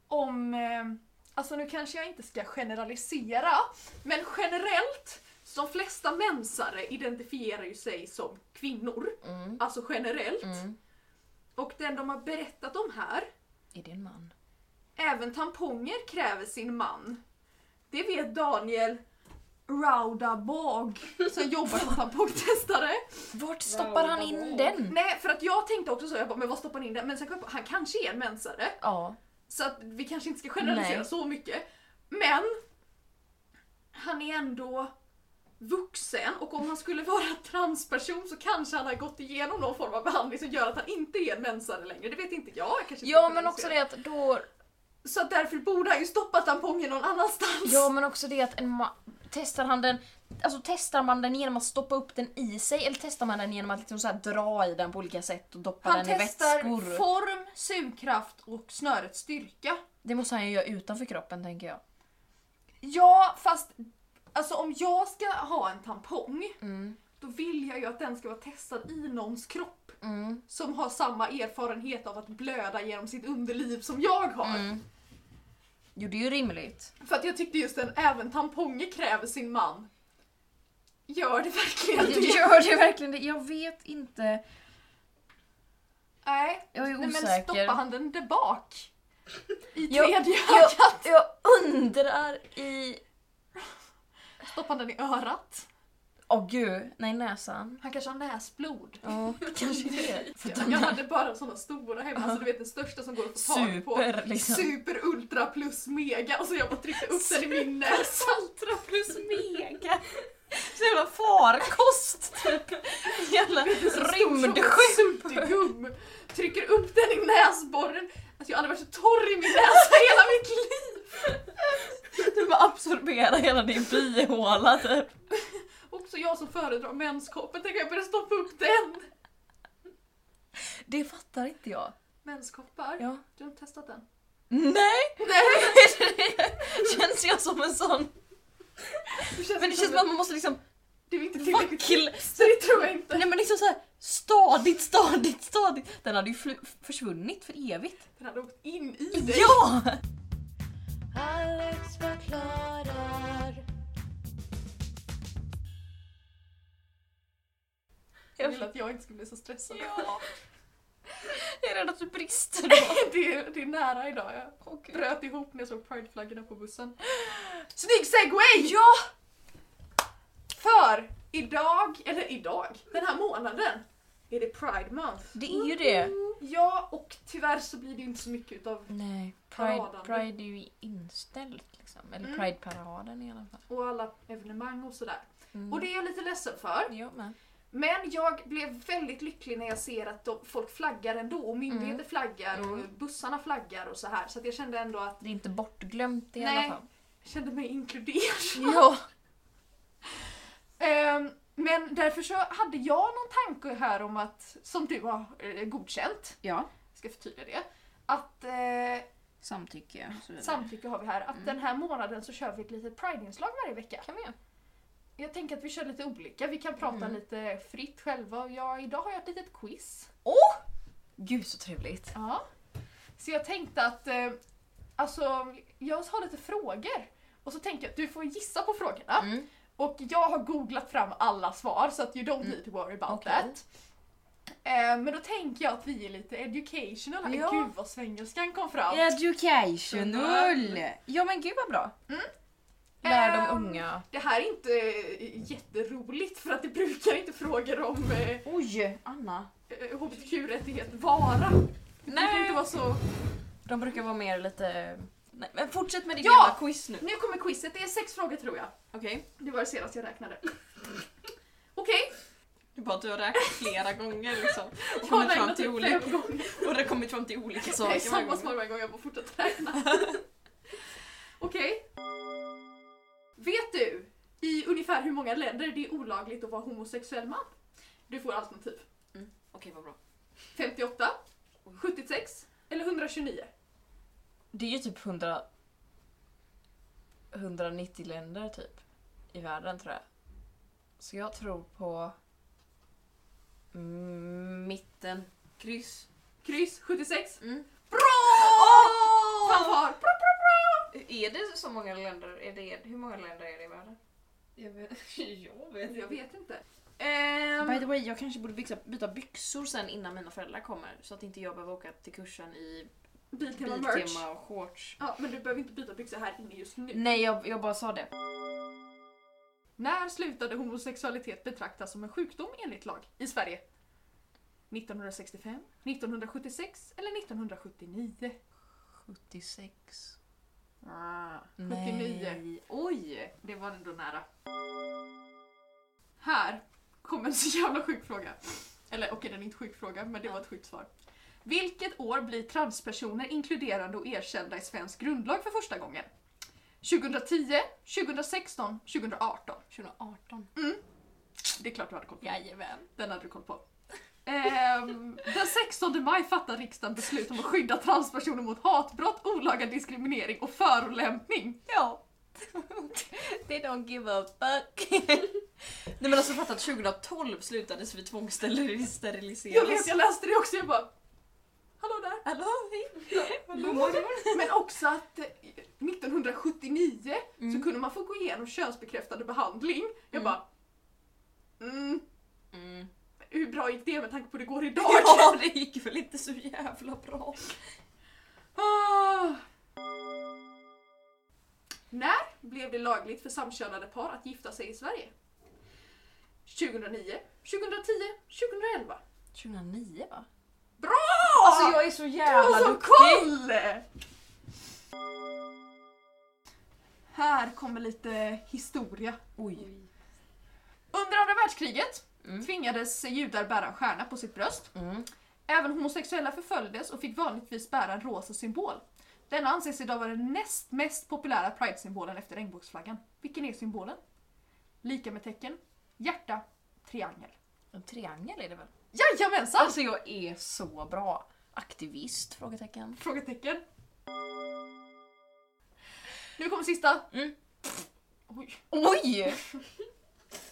[SPEAKER 2] om, eh, alltså nu kanske jag inte ska generalisera, men generellt så de flesta mensare identifierar ju sig som kvinnor,
[SPEAKER 1] Mm.
[SPEAKER 2] alltså generellt.
[SPEAKER 1] Mm.
[SPEAKER 2] Och den de har berättat om här,
[SPEAKER 1] Är det en man?
[SPEAKER 2] även tamponger kräver sin man. Det vet Daniel Raudabag som jobbar som tampongtestare.
[SPEAKER 1] Vart stoppar han in den?
[SPEAKER 2] Nej, för att jag tänkte också så, jag bara, men vad stoppar han in den? Men sen kom jag på, han kanske är en mensare.
[SPEAKER 1] Ja.
[SPEAKER 2] Så att vi kanske inte ska generalisera
[SPEAKER 1] Nej.
[SPEAKER 2] så mycket. Men han är ändå vuxen och om han skulle vara transperson så kanske han har gått igenom någon form av behandling som gör att han inte är en mensare längre. Det vet inte jag. jag kanske inte
[SPEAKER 1] Ja
[SPEAKER 2] ska
[SPEAKER 1] men också det
[SPEAKER 2] generalisera.
[SPEAKER 1] att då...
[SPEAKER 2] Så att därför borde han ju stoppa tampongen någon annanstans.
[SPEAKER 1] Ja men också det att en ma- testar han den... Alltså testar man den genom att stoppa upp den i sig eller testar man den genom att liksom så här dra i den på olika sätt och doppa
[SPEAKER 2] han
[SPEAKER 1] den i
[SPEAKER 2] testar
[SPEAKER 1] vätskor?
[SPEAKER 2] form, sugkraft och snörets styrka.
[SPEAKER 1] Det måste han ju göra utanför kroppen tänker jag.
[SPEAKER 2] Ja, fast alltså om jag ska ha en tampong
[SPEAKER 1] Mm.
[SPEAKER 2] då vill jag ju att den ska vara testad i någons kropp.
[SPEAKER 1] Mm.
[SPEAKER 2] som har samma erfarenhet av att blöda genom sitt underliv som jag har.
[SPEAKER 1] Mm. Jo det är ju rimligt.
[SPEAKER 2] För att jag tyckte just den, även tamponger kräver sin man. Gör det verkligen
[SPEAKER 1] Det
[SPEAKER 2] det?
[SPEAKER 1] gör det verkligen det? Jag vet inte.
[SPEAKER 2] Nej.
[SPEAKER 1] Jag är
[SPEAKER 2] Nej
[SPEAKER 1] osäker.
[SPEAKER 2] men stoppa han den där bak? I
[SPEAKER 1] Jag-
[SPEAKER 2] tredje
[SPEAKER 1] jag,
[SPEAKER 2] ögat?
[SPEAKER 1] jag undrar i...
[SPEAKER 2] Stoppa han den i örat?
[SPEAKER 1] Åh gud, nej näsan.
[SPEAKER 2] Han kanske har näsblod?
[SPEAKER 1] Ja, kanske det. För
[SPEAKER 2] Jag, jag hade bara såna stora hemma, så du vet den största som går att få tag på.
[SPEAKER 1] Super liksom.
[SPEAKER 2] Super, ultra plus mega och så jag bara tryckte upp den i min näsa.
[SPEAKER 4] Ultra plus mega!
[SPEAKER 1] Så jävla farkost typ. Jävla rymdskepp.
[SPEAKER 2] Suttigum! Trycker upp den i näsborren. Alltså jag har aldrig varit så torr i min näsa i hela mitt liv.
[SPEAKER 1] Du bara absorberar hela din bihåla typ.
[SPEAKER 2] Också jag som föredrar menskoppen, tänk om jag börjar stoppa upp den.
[SPEAKER 1] Det fattar inte jag.
[SPEAKER 2] Menskoppar?
[SPEAKER 1] Ja.
[SPEAKER 2] Du har inte testat den?
[SPEAKER 1] Nej!
[SPEAKER 2] Nej!
[SPEAKER 1] känns jag som en sån... Men det känns som att man måste liksom
[SPEAKER 2] Du är inte tillräckligt...
[SPEAKER 1] vackla.
[SPEAKER 2] Så det tror jag inte.
[SPEAKER 1] Nej men liksom såhär stadigt, stadigt, stadigt. Den hade ju flu- försvunnit för evigt.
[SPEAKER 2] Den hade åkt in i dig.
[SPEAKER 1] Ja!
[SPEAKER 3] Alex förklarar.
[SPEAKER 2] Jag vill att jag inte ska bli så stressad.
[SPEAKER 1] Ja. Jag är rädd att du brister då.
[SPEAKER 2] Det, är, det är nära idag. Jag
[SPEAKER 1] Okej.
[SPEAKER 2] bröt ihop när jag såg prideflaggorna på bussen. Snygg segway!
[SPEAKER 1] Ja!
[SPEAKER 2] För idag, eller idag, den här månaden är det Pride Month.
[SPEAKER 1] Det är ju det.
[SPEAKER 2] Ja, och tyvärr så blir det ju inte så mycket utav...
[SPEAKER 1] Nej, Pride,
[SPEAKER 2] Paraden.
[SPEAKER 1] Pride är ju inställt liksom. Eller
[SPEAKER 2] Mm.
[SPEAKER 1] Pride-paraden i alla fall.
[SPEAKER 2] Och alla evenemang och sådär.
[SPEAKER 1] Mm.
[SPEAKER 2] Och det är jag lite ledsen för.
[SPEAKER 1] Jag med.
[SPEAKER 2] Men jag blev väldigt lycklig när jag ser att de, folk flaggar ändå. Och myndigheter
[SPEAKER 1] Mm.
[SPEAKER 2] flaggar och
[SPEAKER 1] Mm.
[SPEAKER 2] bussarna flaggar och så här. Så att jag kände ändå att
[SPEAKER 1] Det är inte bortglömt i
[SPEAKER 2] Nej.
[SPEAKER 1] alla fall.
[SPEAKER 2] jag kände mig inkluderad.
[SPEAKER 1] Ja.
[SPEAKER 2] Ehm, men därför så hade jag någon tanke här om att, som du har eh, godkänt,
[SPEAKER 1] ja.
[SPEAKER 2] jag ska förtydliga det, att eh,
[SPEAKER 1] Samtycke.
[SPEAKER 2] samtycke har vi här, att den här månaden så kör vi ett litet Pride-inslag varje vecka.
[SPEAKER 1] kan vi göra.
[SPEAKER 2] Jag tänker att vi kör lite olika. Vi kan prata
[SPEAKER 1] Mm.
[SPEAKER 2] lite fritt själva. Och jag, idag har jag ett litet quiz.
[SPEAKER 1] Gud så trevligt.
[SPEAKER 2] Ja. Så jag tänkte att... Eh, alltså, jag har lite frågor. Och så tänker jag att du får gissa på frågorna.
[SPEAKER 1] Mm.
[SPEAKER 2] Och jag har googlat fram alla svar så att you don't
[SPEAKER 1] Mm.
[SPEAKER 2] need to worry about
[SPEAKER 1] Okej.
[SPEAKER 2] that. Eh, men då tänker jag att vi är lite educational. här.
[SPEAKER 1] Ja.
[SPEAKER 2] Gud vad svängelskan kom fram.
[SPEAKER 1] Educational! Ja men gud vad bra.
[SPEAKER 4] Mm.
[SPEAKER 1] Lär de
[SPEAKER 2] Ehm,
[SPEAKER 1] unga.
[SPEAKER 2] Det här är inte eh, jätteroligt för att det brukar inte frågor om eh,
[SPEAKER 1] Oj, Anna.
[SPEAKER 2] eh, hbtq-rättighet vara. Det kan inte vara så...
[SPEAKER 1] De brukar vara mer lite... Nej, men fortsätt med ditt
[SPEAKER 2] Ja!
[SPEAKER 1] jävla quiz nu.
[SPEAKER 2] Nu kommer quizet, det är sex frågor tror jag.
[SPEAKER 4] Okej,
[SPEAKER 2] Det var det senaste jag räknade. Okej,
[SPEAKER 4] det är bara att du har räknat flera gånger liksom. Och
[SPEAKER 2] jag
[SPEAKER 4] kommit
[SPEAKER 2] har
[SPEAKER 4] fram
[SPEAKER 2] räknat
[SPEAKER 4] till
[SPEAKER 2] ut
[SPEAKER 4] olika,
[SPEAKER 2] fem gånger.
[SPEAKER 4] och det har kommit fram till olika saker
[SPEAKER 2] Det är
[SPEAKER 4] varje
[SPEAKER 2] samma
[SPEAKER 4] gång.
[SPEAKER 2] svar varje gång, jag bara fortsätter räkna. Okej. Vet du i ungefär hur många länder det är olagligt att vara homosexuell man? Du får alternativ.
[SPEAKER 4] Okej, vad bra.
[SPEAKER 2] 58, 76 eller 129?
[SPEAKER 1] Det är ju typ 100... 190 länder typ i världen tror jag. Så jag tror på mm, mitten.
[SPEAKER 4] Kryss.
[SPEAKER 2] Kryss 76.
[SPEAKER 1] Mm.
[SPEAKER 2] Bra!
[SPEAKER 4] Åh!
[SPEAKER 2] Fanfar!
[SPEAKER 4] Är det så många länder? Är det, hur många länder är det i världen? Jag vet, jag vet
[SPEAKER 2] Jag vet inte.
[SPEAKER 4] By
[SPEAKER 2] Ehm,
[SPEAKER 4] the way, jag kanske borde byxa, byta byxor sen innan mina föräldrar kommer så att inte jag behöver åka till kursen i
[SPEAKER 2] Biltema merch.
[SPEAKER 4] Biltema och shorts.
[SPEAKER 2] Ja, men du behöver inte byta byxor här inne just nu.
[SPEAKER 1] Nej, jag, jag bara sa det.
[SPEAKER 2] När slutade homosexualitet betraktas som en sjukdom enligt lag i Sverige? 1965, 1976 eller 1979?
[SPEAKER 1] 76.
[SPEAKER 2] Ah,
[SPEAKER 1] Nej.
[SPEAKER 2] 79. Oj, det var ändå nära. Här kommer en så jävla sjuk fråga. Eller okej, den är inte sjuk fråga, men det var ett sjukt svar. Vilket år blir transpersoner inkluderande och erkända i svensk grundlag för första gången? 2010, 2016, 2018.
[SPEAKER 1] 2018.
[SPEAKER 2] Det är klart du hade koll på.
[SPEAKER 1] Jajamän.
[SPEAKER 2] Den hade du koll på. Ehm, den 16 maj fattar riksdagen beslut om att skydda transpersoner mot hatbrott, olaga diskriminering och förolämpning.
[SPEAKER 1] Ja. They don't give a fuck.
[SPEAKER 4] Nej men alltså fatta att 2012 slutades vi
[SPEAKER 2] Jag vet,
[SPEAKER 4] tvångssteriliseras.
[SPEAKER 2] jag läste det också. Jag bara... Hallå där!
[SPEAKER 4] Hallå,
[SPEAKER 2] God morgon. Men också att eh, 1979
[SPEAKER 1] Mm.
[SPEAKER 2] så kunde man få gå igenom könsbekräftande behandling. Jag
[SPEAKER 1] Mm.
[SPEAKER 2] bara... Mm,
[SPEAKER 1] Mm.
[SPEAKER 2] hur bra gick det med tanke på hur det går idag?
[SPEAKER 4] Ja, det gick väl inte så jävla bra.
[SPEAKER 2] Ah. När blev det lagligt för samkönade par att gifta sig i Sverige? 2009, 2010, 2011.
[SPEAKER 1] 2009 va?
[SPEAKER 2] Bra!
[SPEAKER 4] Alltså jag är så jävla
[SPEAKER 2] Du har
[SPEAKER 4] duktig.
[SPEAKER 2] sån koll! Här kommer lite historia.
[SPEAKER 1] Oj.
[SPEAKER 2] Under andra världskriget
[SPEAKER 1] Mm.
[SPEAKER 2] tvingades judar bära en stjärna på sitt bröst.
[SPEAKER 1] Mm.
[SPEAKER 2] Även homosexuella förföljdes och fick vanligtvis bära en rosa symbol. Denna anses idag vara den näst mest populära pride-symbolen efter regnbågsflaggan. Vilken är symbolen? Lika med tecken, hjärta, triangel.
[SPEAKER 1] En triangel är det väl?
[SPEAKER 2] Jajamensan!
[SPEAKER 1] Alltså jag är så bra. Aktivist? Frågetecken.
[SPEAKER 2] Frågetecken. Nu kommer sista.
[SPEAKER 1] Mm.
[SPEAKER 2] Oj.
[SPEAKER 1] Oj!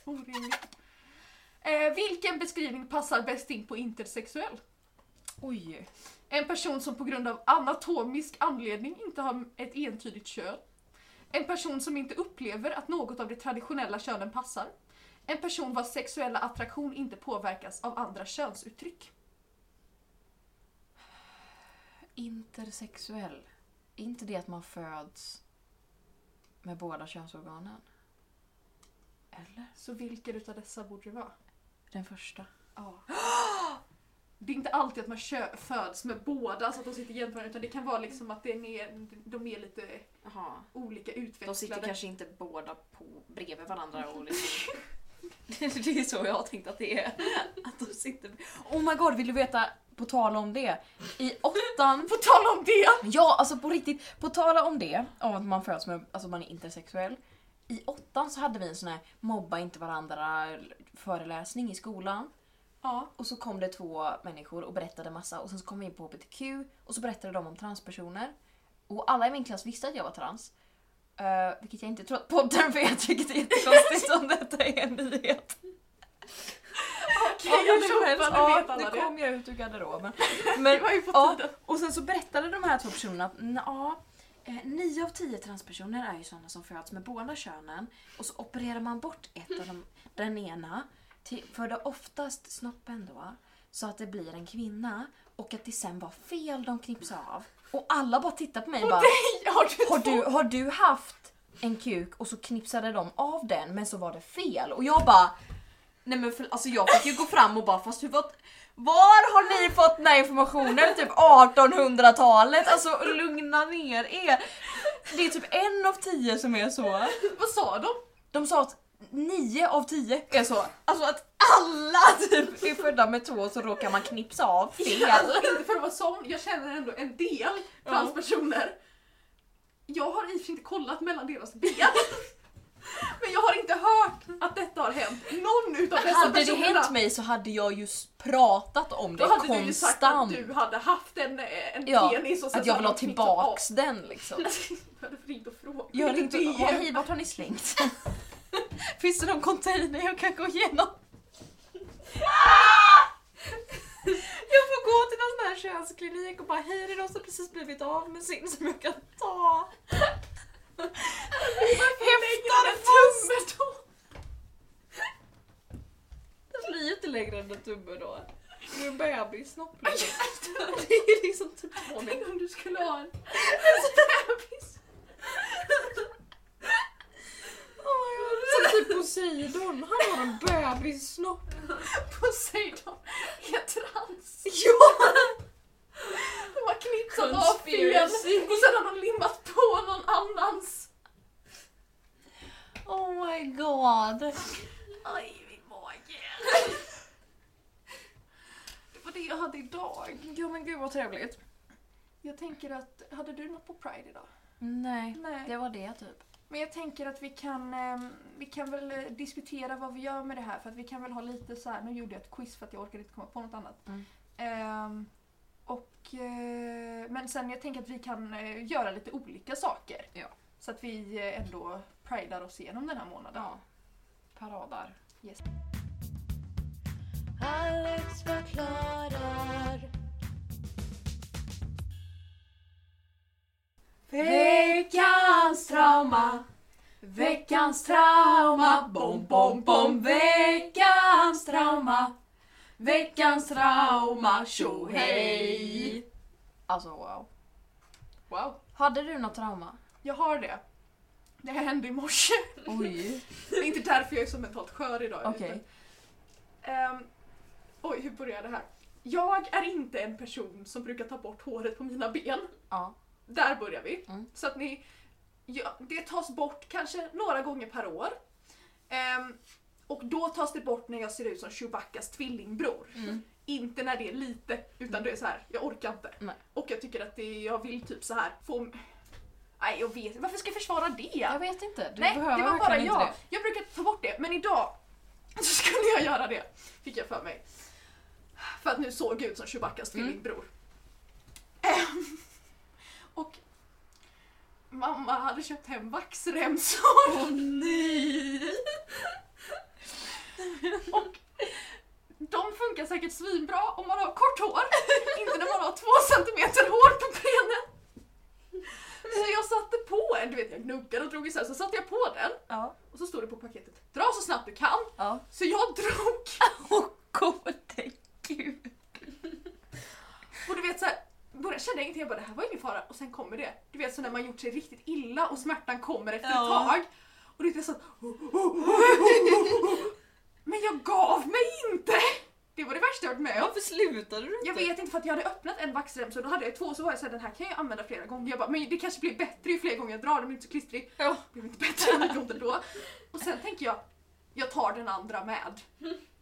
[SPEAKER 2] Orimligt. Eh, vilken beskrivning passar bäst in på intersexuell?
[SPEAKER 1] Oj.
[SPEAKER 2] En person som på grund av anatomisk anledning inte har ett entydigt kön. En person som inte upplever att något av de traditionella könen passar. En person vars sexuella attraktion inte påverkas av andra könsuttryck.
[SPEAKER 1] Intersexuell. Är inte det att man föds med båda könsorganen? Eller?
[SPEAKER 2] Så vilken utav dessa borde det vara?
[SPEAKER 1] Den första.
[SPEAKER 2] Ja. Det är inte alltid att man kö- föds med båda så att de sitter jämte varandra utan det kan vara liksom att den är, de är lite
[SPEAKER 4] Jaha.
[SPEAKER 2] olika utvecklade.
[SPEAKER 4] De sitter kanske inte båda på, bredvid varandra och liksom... Det är så jag har tänkt att det är. Att de sitter...
[SPEAKER 1] Oh my god, vill du veta, på tal om det, i åttan
[SPEAKER 2] På tal om det!
[SPEAKER 1] Ja, alltså på riktigt. På tala om det, om att man föds med, alltså man är intersexuell. I åttan så hade vi en sån här mobba inte varandra föreläsning i skolan.
[SPEAKER 2] Ja.
[SPEAKER 1] Och så kom det två människor och berättade massa och sen så kom vi in på HBTQ och så berättade de om transpersoner. Och alla i min klass visste att jag var trans. Eh, vilket jag inte tror att podden vet, vilket är jättekonstigt om detta är en nyhet.
[SPEAKER 2] Okej, jag tjoppade, vet alla
[SPEAKER 1] nu
[SPEAKER 2] det.
[SPEAKER 1] kom jag ut ur garderoben. Men,
[SPEAKER 2] Det var ju på
[SPEAKER 1] ja,
[SPEAKER 2] tiden.
[SPEAKER 1] och sen så berättade de här två personerna att "Nå, ja, eh, nio av tio transpersoner är ju sådana som föds med båda könen och så opererar man bort ett av dem, den ena, till, för det är oftast snoppen då, så att det blir en kvinna och att det sen var fel de knipsade av. Och alla bara tittar på mig och bara
[SPEAKER 2] Har du
[SPEAKER 1] har du, har du haft en kuk och så knipsade de av den men så var det fel och jag bara
[SPEAKER 4] Nej men för, alltså jag fick ju gå fram och bara fast hur var...
[SPEAKER 1] Var har ni fått den här informationen? Typ 1800-talet? Alltså lugna ner er! Det är typ en av tio som är så.
[SPEAKER 2] Vad sa de?
[SPEAKER 1] De sa att nio av tio är så. Alltså att alla typ är födda med två så råkar man knipsa av fel.
[SPEAKER 2] Alltså, inte för att vara sån, jag känner ändå en del transpersoner. Jag har i och för sig inte kollat mellan deras ben. Men jag har inte hört att detta har hänt någon utav dessa
[SPEAKER 1] Hade det
[SPEAKER 2] personerna.
[SPEAKER 1] hänt mig så hade jag just pratat om det
[SPEAKER 2] Då hade du ju sagt att
[SPEAKER 1] konstant.
[SPEAKER 2] du hade haft en, eh, en
[SPEAKER 1] Ja,
[SPEAKER 2] penis och sen
[SPEAKER 1] Att
[SPEAKER 2] så
[SPEAKER 1] jag
[SPEAKER 2] hade
[SPEAKER 1] vill ha
[SPEAKER 2] de knippat av.
[SPEAKER 1] tillbaks den liksom.
[SPEAKER 2] Du hade ringt och frågat.
[SPEAKER 1] Jag har
[SPEAKER 2] Inte
[SPEAKER 1] inte...
[SPEAKER 2] det.
[SPEAKER 1] Åh, hej, vart har ni slängt? Finns det någon container jag kan gå igenom?
[SPEAKER 4] Jag får gå till någon sån här könsklinik och bara hej det är någon som precis blivit av med sin som jag kan ta.
[SPEAKER 1] Häftar
[SPEAKER 4] Det blir ju inte längre än en tumme då. Det är en bebissnopp liksom. Det är liksom typ två meter.
[SPEAKER 2] Tänk om du skulle ha en...
[SPEAKER 4] Oh Som typ på
[SPEAKER 1] Poseidon, han har en bebissnopp.
[SPEAKER 2] Poseidon heter hans.
[SPEAKER 1] Ja!
[SPEAKER 2] De har knipsat av fel
[SPEAKER 1] Conspiracy.
[SPEAKER 2] och sen har de limmat på någon annans.
[SPEAKER 1] Oh my god.
[SPEAKER 2] Aj, min mage. Det var det jag hade idag.
[SPEAKER 1] Ja men gud vad trevligt.
[SPEAKER 2] Jag tänker att, hade du något på Pride idag?
[SPEAKER 5] Nej,
[SPEAKER 2] Nej.
[SPEAKER 5] det var det typ.
[SPEAKER 2] Men jag tänker att vi kan, ehm, vi kan väl eh, diskutera vad vi gör med det här för att vi kan väl ha lite så här. nu gjorde jag ett quiz för att jag orkade inte komma på något annat.
[SPEAKER 5] Mm.
[SPEAKER 2] Ehm, och, eh, men sen jag tänker att vi kan eh, göra lite olika saker.
[SPEAKER 5] Ja.
[SPEAKER 2] Så att vi eh, ändå pridar oss igenom den här månaden.
[SPEAKER 5] Paradar.
[SPEAKER 6] Alex förklarar.
[SPEAKER 1] Veckans trauma. Veckans trauma. Bom, bom, bom. Veckans trauma. Veckans trauma. Tjo hej.
[SPEAKER 5] Alltså wow.
[SPEAKER 2] Wow.
[SPEAKER 5] Hade du något trauma?
[SPEAKER 2] Jag har det. Det här hände i morse.
[SPEAKER 5] Oj.
[SPEAKER 2] Det är inte därför jag är så mentalt skör idag.
[SPEAKER 5] Okej.
[SPEAKER 2] utan- Ehm, oj, hur börjar det här? Jag är inte en person som brukar ta bort håret på mina ben.
[SPEAKER 5] Ja.
[SPEAKER 2] Där börjar vi.
[SPEAKER 5] Mm.
[SPEAKER 2] Så att ni... Ja, det tas bort kanske några gånger per år. Ehm, och då tas det bort när jag ser ut som Chewbaccas tvillingbror.
[SPEAKER 5] Mm.
[SPEAKER 2] Inte när det är lite, utan det är så här, jag orkar inte.
[SPEAKER 5] Nej.
[SPEAKER 2] Och jag tycker att det, jag vill typ så här få... Nej, jag vet Varför ska jag försvara det?
[SPEAKER 5] Jag vet inte. Du
[SPEAKER 2] Nej,
[SPEAKER 5] behöver
[SPEAKER 2] det var bara
[SPEAKER 5] verkligen
[SPEAKER 2] jag.
[SPEAKER 5] inte
[SPEAKER 2] Jag brukar ta bort det, men idag så skulle jag göra det. Fick jag för mig. För att nu såg jag ut som Chewbaccas
[SPEAKER 5] Mm.
[SPEAKER 2] tvillingbror. Ehm, och mamma hade köpt hem vaxremsor.
[SPEAKER 1] Åh nej.
[SPEAKER 2] De funkar säkert svinbra om man har kort hår. inte när man har två centimeter hår på benen. Så jag satte på en, du vet jag gnuggade och drog isär, så satte jag på den
[SPEAKER 5] Ja.
[SPEAKER 2] och så stod det på paketet Dra så snabbt du kan.
[SPEAKER 5] Ja.
[SPEAKER 2] Så jag drog
[SPEAKER 5] Åh gode gud.
[SPEAKER 2] Och du vet så här, början kände jag ingenting, jag bara det här var ingen fara och sen kommer det. Du vet så när man gjort sig riktigt illa och smärtan kommer efter ett
[SPEAKER 1] Ja.
[SPEAKER 2] tag. Och det är så Men jag gav mig inte! Det var det värsta jag varit med om.
[SPEAKER 1] Varför slutade du inte?
[SPEAKER 2] Jag vet inte för att jag hade öppnat en vaxremsa och då hade jag två så var jag såhär den här kan jag använda flera gånger. Jag bara men det kanske blir bättre ju fler gånger jag drar den, den blir inte så klistrig.
[SPEAKER 1] Ja.
[SPEAKER 2] Det blev inte bättre än det då. Och sen tänker jag, jag tar den andra med.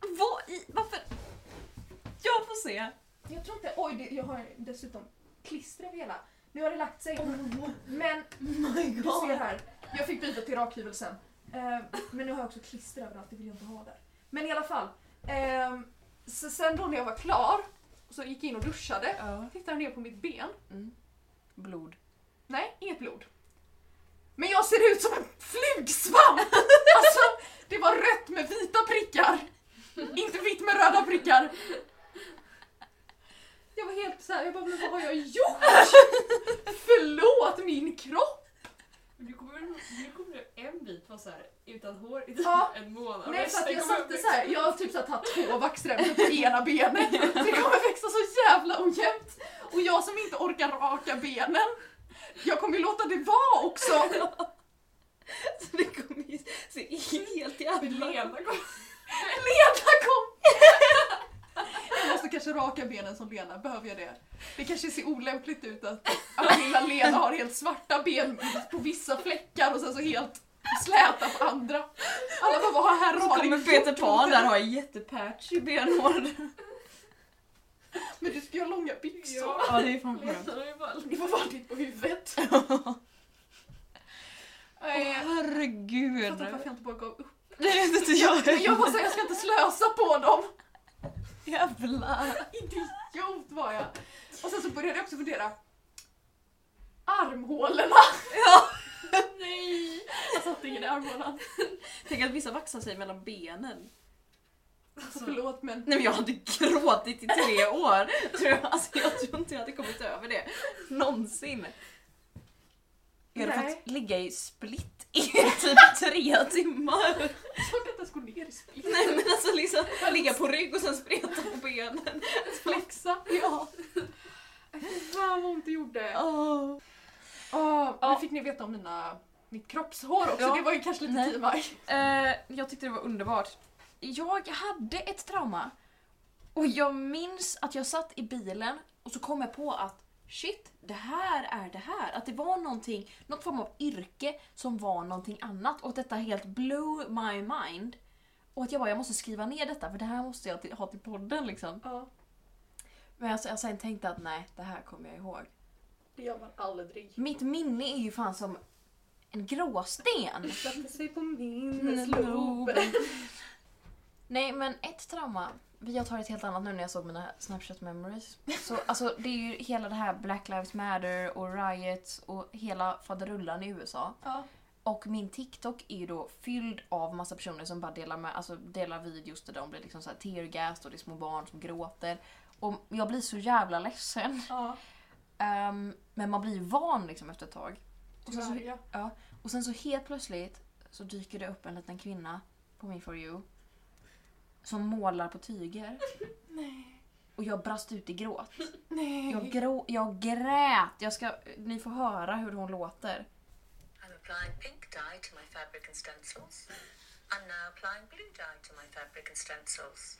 [SPEAKER 1] Vad i... Varför? Jag får se.
[SPEAKER 2] Jag tror inte, oj det, jag har dessutom klister över hela. Nu har det lagt sig. Men
[SPEAKER 1] my
[SPEAKER 2] Du ser här, jag fick byta till rakhyvel sen. Eh, men nu har jag också klister överallt, det vill jag inte ha där. Men i alla fall. Eh, så sen då när jag var klar, så gick jag in och duschade.
[SPEAKER 5] Ja.
[SPEAKER 2] Tittade ner på mitt ben.
[SPEAKER 5] Blod.
[SPEAKER 2] Nej, inget blod. Men jag ser ut som en flugsvamp! Alltså, det var rött med vita prickar. Inte vitt med röda prickar. Jag var helt såhär, jag bara men vad har jag gjort? Förlåt min kropp!
[SPEAKER 7] Nu kommer, nu kommer det en bit vara såhär utan hår i typ
[SPEAKER 2] Ja.
[SPEAKER 7] en månad.
[SPEAKER 2] Nej, för att
[SPEAKER 7] Resten
[SPEAKER 2] jag
[SPEAKER 7] kommer
[SPEAKER 2] satte
[SPEAKER 7] bli-
[SPEAKER 2] så här, jag har typ så här tagit två vaxremsor på typ ena benet. Det kommer växa så jävla ojämnt. Och jag som inte orkar raka benen, jag kommer ju låta det vara också.
[SPEAKER 1] Så det kommer ju se helt
[SPEAKER 7] Men
[SPEAKER 1] jävla...
[SPEAKER 7] Lena kommer...
[SPEAKER 2] Lena kom! Jag måste kanske raka benen som Lena, behöver jag det? Det kanske ser olämpligt ut att, att lilla Lena har helt svarta ben på vissa fläckar och sen så helt släta på andra. Alla bara, vad har här
[SPEAKER 1] Så
[SPEAKER 2] har
[SPEAKER 1] kommer
[SPEAKER 2] din
[SPEAKER 1] Peter
[SPEAKER 2] gjort?"
[SPEAKER 1] Pan där ha jättepatch i benhåren.
[SPEAKER 2] Men du ska ju ha långa byxor.
[SPEAKER 7] Ja.
[SPEAKER 1] Ja det är fan
[SPEAKER 7] Lena har ju bara...
[SPEAKER 2] Det var vanligt på huvudet.
[SPEAKER 1] Åh
[SPEAKER 2] Nej, Jag
[SPEAKER 1] herregud.
[SPEAKER 2] fattar inte varför jag inte bara gav upp.
[SPEAKER 1] Nej jag vet inte jag
[SPEAKER 2] Men jag var såhär, jag ska inte slösa på dem!
[SPEAKER 1] Jävlar.
[SPEAKER 2] Idiot var jag! Och sen så började jag också fundera. Armhålorna!
[SPEAKER 7] Nej!
[SPEAKER 2] Jag satte ingen i armhålan.
[SPEAKER 1] Tänk att vissa vaxar sig mellan benen.
[SPEAKER 2] Alltså förlåt men.
[SPEAKER 1] Nej men jag hade gråtit i tre år. Tror jag, alltså, jag tror inte jag hade kommit över det. Någonsin. Jag hade
[SPEAKER 2] Nej.
[SPEAKER 1] fått ligga i split i typ tre timmar.
[SPEAKER 2] Jag kan inte ens gå ner i split.
[SPEAKER 1] Nej men alltså liksom ligga på rygg och sen spreta på benen.
[SPEAKER 2] Flexa.
[SPEAKER 1] Ja.
[SPEAKER 2] Äh, Fan vad ont det gjorde.
[SPEAKER 1] Åh.
[SPEAKER 2] Åh,
[SPEAKER 5] Ja.
[SPEAKER 2] Nu fick ni veta om mina mitt kroppshår också.
[SPEAKER 1] Ja.
[SPEAKER 2] Det var ju kanske lite
[SPEAKER 1] Nej.
[SPEAKER 2] tidig
[SPEAKER 1] Eh, jag tyckte det var underbart. Jag hade ett trauma. Och jag minns att jag satt i bilen och så kom jag på att shit, det här är det här. Att det var någonting, något form av yrke som var någonting annat. Och att detta helt blew my mind. Och att jag bara, jag måste skriva ner detta för det här måste jag till, ha till podden liksom.
[SPEAKER 2] Ja,
[SPEAKER 1] Men alltså, jag sen tänkte att nej, det här kommer jag ihåg.
[SPEAKER 4] Det gör man aldrig.
[SPEAKER 1] Mitt minne är ju fan som en gråsten.
[SPEAKER 4] Satte sig på
[SPEAKER 1] Mm, Minnesloben. Nej men ett trauma, jag tar ett helt annat nu när jag såg mina Snapchat memories. Så, alltså, det är ju hela det här Black Lives Matter och riots och hela faderullan i USA.
[SPEAKER 2] ja.
[SPEAKER 1] Och min TikTok är ju då fylld av massa personer som bara delar, med, alltså, delar videos där de blir liksom så här teargassed och det är små barn som gråter. Och jag blir så jävla ledsen.
[SPEAKER 2] ja.
[SPEAKER 1] Ehm, men man blir ju van liksom efter ett tag. Och sen så,
[SPEAKER 2] Tyvärr, ja.
[SPEAKER 1] och sen så helt plötsligt så dyker det upp en liten kvinna på min For You som målar på tyger.
[SPEAKER 2] Nej.
[SPEAKER 1] Och jag brast ut i gråt.
[SPEAKER 2] Nej.
[SPEAKER 1] Jag, grå, jag grät! Jag ska, ni får höra hur hon låter.
[SPEAKER 8] I'm applying pink dye to my fabric and stencils. I'm now applying blue dye to my fabric and stencils.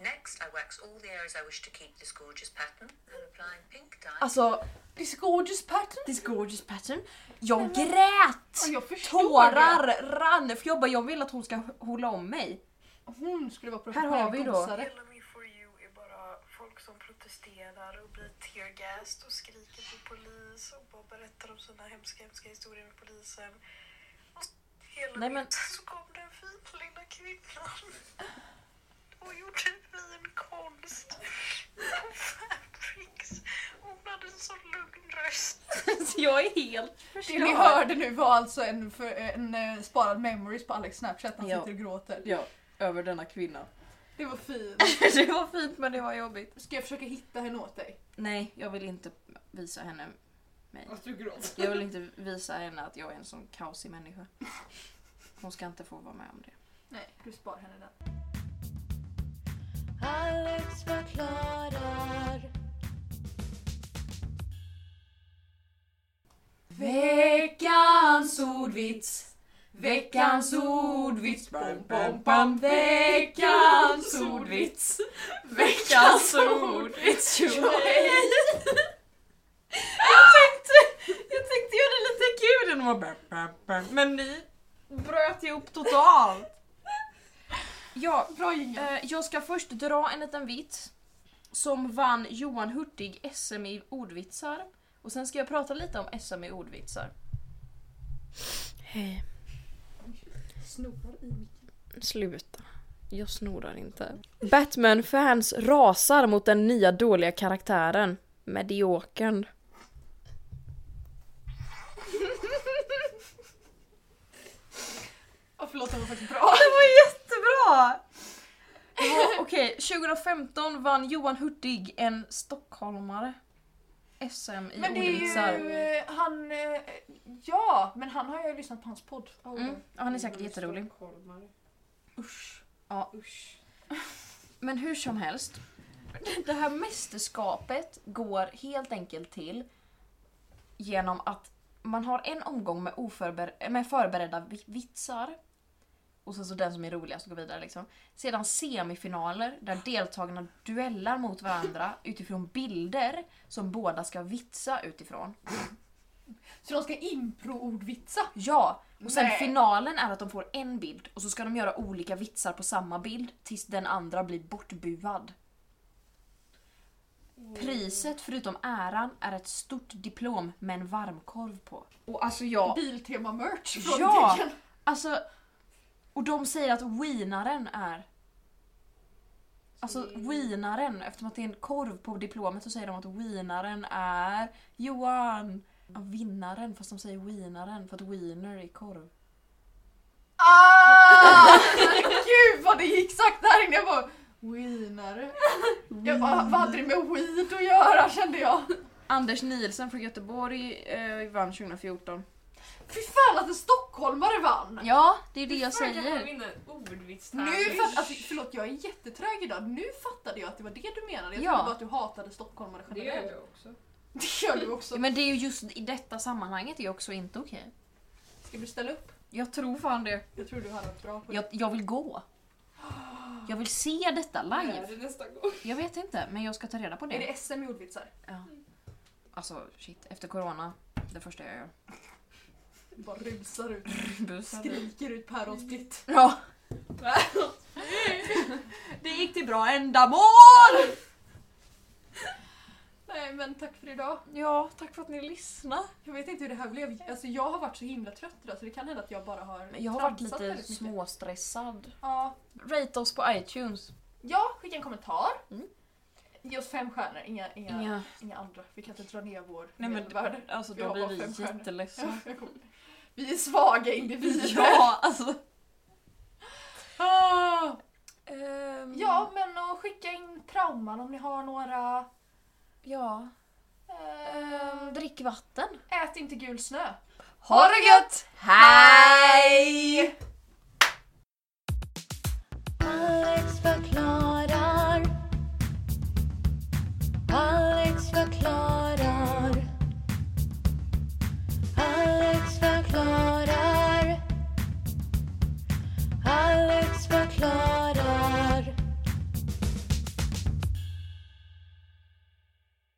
[SPEAKER 8] Next, I wax all the areas I wish to keep this gorgeous pattern. I'm applying pink dye.
[SPEAKER 1] Alltså,
[SPEAKER 2] This gorgeous pattern.
[SPEAKER 1] this gorgeous pattern. Jag grät!
[SPEAKER 2] Ja, jag förstår det.
[SPEAKER 1] Tårar rann! För jag bara, jag vill att hon ska hålla om mig.
[SPEAKER 2] Hon skulle vara
[SPEAKER 1] Här har vi då.
[SPEAKER 2] gosare.
[SPEAKER 9] Hela min For You är bara folk som protesterar och blir teargassed och skriker på polis och bara berättar om sina hemska, hemska historier med polisen. Och hela
[SPEAKER 1] Nej,
[SPEAKER 9] Nej,
[SPEAKER 1] men-
[SPEAKER 9] men... så kom den fina lilla kvinnan och gjorde fin konst på fabrics. Hon hade en sån lugn röst.
[SPEAKER 1] Så jag är helt
[SPEAKER 2] Det ni hörde nu var alltså en, för, en eh, sparad memories på Alex snapchat. Han
[SPEAKER 4] Ja.
[SPEAKER 2] sitter och gråter.
[SPEAKER 4] Ja, över denna kvinna.
[SPEAKER 2] Det var fint.
[SPEAKER 1] Det var fint men det var jobbigt.
[SPEAKER 2] Ska jag försöka hitta henne åt dig?
[SPEAKER 1] Nej, jag vill inte visa henne mig.
[SPEAKER 10] Att du gråter.
[SPEAKER 1] Jag vill inte visa henne att jag är en sån kaosig människa. Hon ska inte få vara med om det.
[SPEAKER 2] Nej. Du spar henne den.
[SPEAKER 3] Alex förklarar.
[SPEAKER 1] Veckans ordvits! Veckans ordvits! Bam, bam, bam. Veckans ordvits! Veckans ordvits! Jag tänkte, jag tänkte göra det lite kul genom att bam, bam, bam. men ni bröt ihop totalt! Ja,
[SPEAKER 2] Bra jingel.
[SPEAKER 1] Eh, jag ska först dra en liten vits som vann Johan Hurtig SM i ordvitsar. Och sen ska jag prata lite om SM i ordvitsar.
[SPEAKER 11] Hej. Sluta. Jag snorar inte. Batman-fans rasar mot den nya dåliga karaktären. Mediokern.
[SPEAKER 2] Ja, förlåt, den var faktiskt bra.
[SPEAKER 1] Det var jättebra! Det var- Okej, 2015 vann Johan Hurtig en stockholmare. SM i
[SPEAKER 2] Men det är
[SPEAKER 1] ordvitsar.
[SPEAKER 2] ju eh, han... eh, Ja, men han har ju lyssnat på hans podd. Oh,
[SPEAKER 1] Mm. Ja, han är säkert jätterolig.
[SPEAKER 10] Stockholmare.
[SPEAKER 2] Usch.
[SPEAKER 10] Usch.
[SPEAKER 1] Men hur som helst. Det här mästerskapet går helt enkelt till genom att man har en omgång med, oförber- med förberedda vi- vitsar. Och sen så den som är roligast går vidare liksom. Sedan semifinaler där deltagarna duellar mot varandra utifrån bilder som båda ska vitsa utifrån.
[SPEAKER 2] Så de ska impro-ordvitsa.
[SPEAKER 1] Ja! Och sen
[SPEAKER 2] Nej.
[SPEAKER 1] finalen är att de får en bild och så ska de göra olika vitsar på samma bild tills den andra blir bortbuad. Priset förutom äran är ett stort diplom med en varmkorv på. Och alltså jag...
[SPEAKER 2] Biltema-merch.
[SPEAKER 1] Ja!
[SPEAKER 2] frågetecken.
[SPEAKER 1] Alltså... Och de säger att wienaren är... Alltså wienaren, eftersom att det är en korv på diplomet så säger de att wienaren är Johan! Ja, vinnaren fast de säger wienaren för att wiener är korv.
[SPEAKER 2] Ah! Gud vad det gick sakta här inne. Jag bara... Wienare. Jag bara, vad hade det med weed att göra kände jag?
[SPEAKER 1] Anders Nielsen från Göteborg eh, vann 2014.
[SPEAKER 2] Fy fan att en stockholmare vann!
[SPEAKER 1] Ja, det är det jag
[SPEAKER 10] Fan, kanske
[SPEAKER 1] säger.
[SPEAKER 10] vinna en ordvitstävling.
[SPEAKER 2] Nu fatt, alltså, förlåt, jag är jättetrög idag. Nu fattade jag att det var det du menade. Jag
[SPEAKER 1] Ja.
[SPEAKER 2] trodde bara att du hatade stockholmare
[SPEAKER 10] Det gör
[SPEAKER 2] generellt.
[SPEAKER 10] jag också.
[SPEAKER 2] Det gör du också.
[SPEAKER 1] Men det är ju just i detta sammanhanget är ju också inte okej.
[SPEAKER 2] Ska du ställa upp?
[SPEAKER 1] Jag tror fan det.
[SPEAKER 2] Jag tror du har något bra på det.
[SPEAKER 1] Jag, jag vill gå. Jag vill se detta
[SPEAKER 4] Gör
[SPEAKER 1] live.
[SPEAKER 4] det nästa gång.
[SPEAKER 1] Jag vet inte, men jag ska ta reda på
[SPEAKER 2] Är
[SPEAKER 1] det.
[SPEAKER 2] det SM i ordvitsar?
[SPEAKER 1] Alltså shit, efter corona, det första jag gör.
[SPEAKER 2] Du bara rusar ut,
[SPEAKER 1] Busar.
[SPEAKER 2] skriker ut päronsplitt.
[SPEAKER 1] Ja. Det gick till bra ändamål!
[SPEAKER 2] Nej men tack för idag.
[SPEAKER 1] Ja, tack för att ni lyssnade.
[SPEAKER 2] Jag vet inte hur det här blev. Alltså jag har varit så himla trött idag så det kan hända att jag bara har
[SPEAKER 1] Jag har varit
[SPEAKER 2] tramsat
[SPEAKER 1] lite
[SPEAKER 2] väldigt mycket.
[SPEAKER 1] småstressad.
[SPEAKER 2] Ja.
[SPEAKER 1] Rate oss på iTunes.
[SPEAKER 2] ja, skicka en kommentar.
[SPEAKER 1] Mm.
[SPEAKER 2] Ge oss fem stjärnor, inga, inga,
[SPEAKER 1] Ja.
[SPEAKER 2] inga andra. Vi kan inte dra ner vår
[SPEAKER 1] Nej men
[SPEAKER 2] medelvärde.
[SPEAKER 1] alltså
[SPEAKER 2] Vi har
[SPEAKER 1] då blir
[SPEAKER 2] bara fem
[SPEAKER 1] vi
[SPEAKER 2] stjärnor.
[SPEAKER 1] jätteledsna.
[SPEAKER 2] Ja, jag kommer. Vi är svaga individer.
[SPEAKER 1] Ja, alltså.
[SPEAKER 2] Ah.
[SPEAKER 1] Ehm,
[SPEAKER 2] Ja, men och skicka in trauman om ni har några.
[SPEAKER 1] ja.
[SPEAKER 2] Ehm,
[SPEAKER 1] Drick vatten.
[SPEAKER 2] ät inte gul snö.
[SPEAKER 1] Ha det gött! Hej!
[SPEAKER 3] Alex förklarar. Alex förklarar.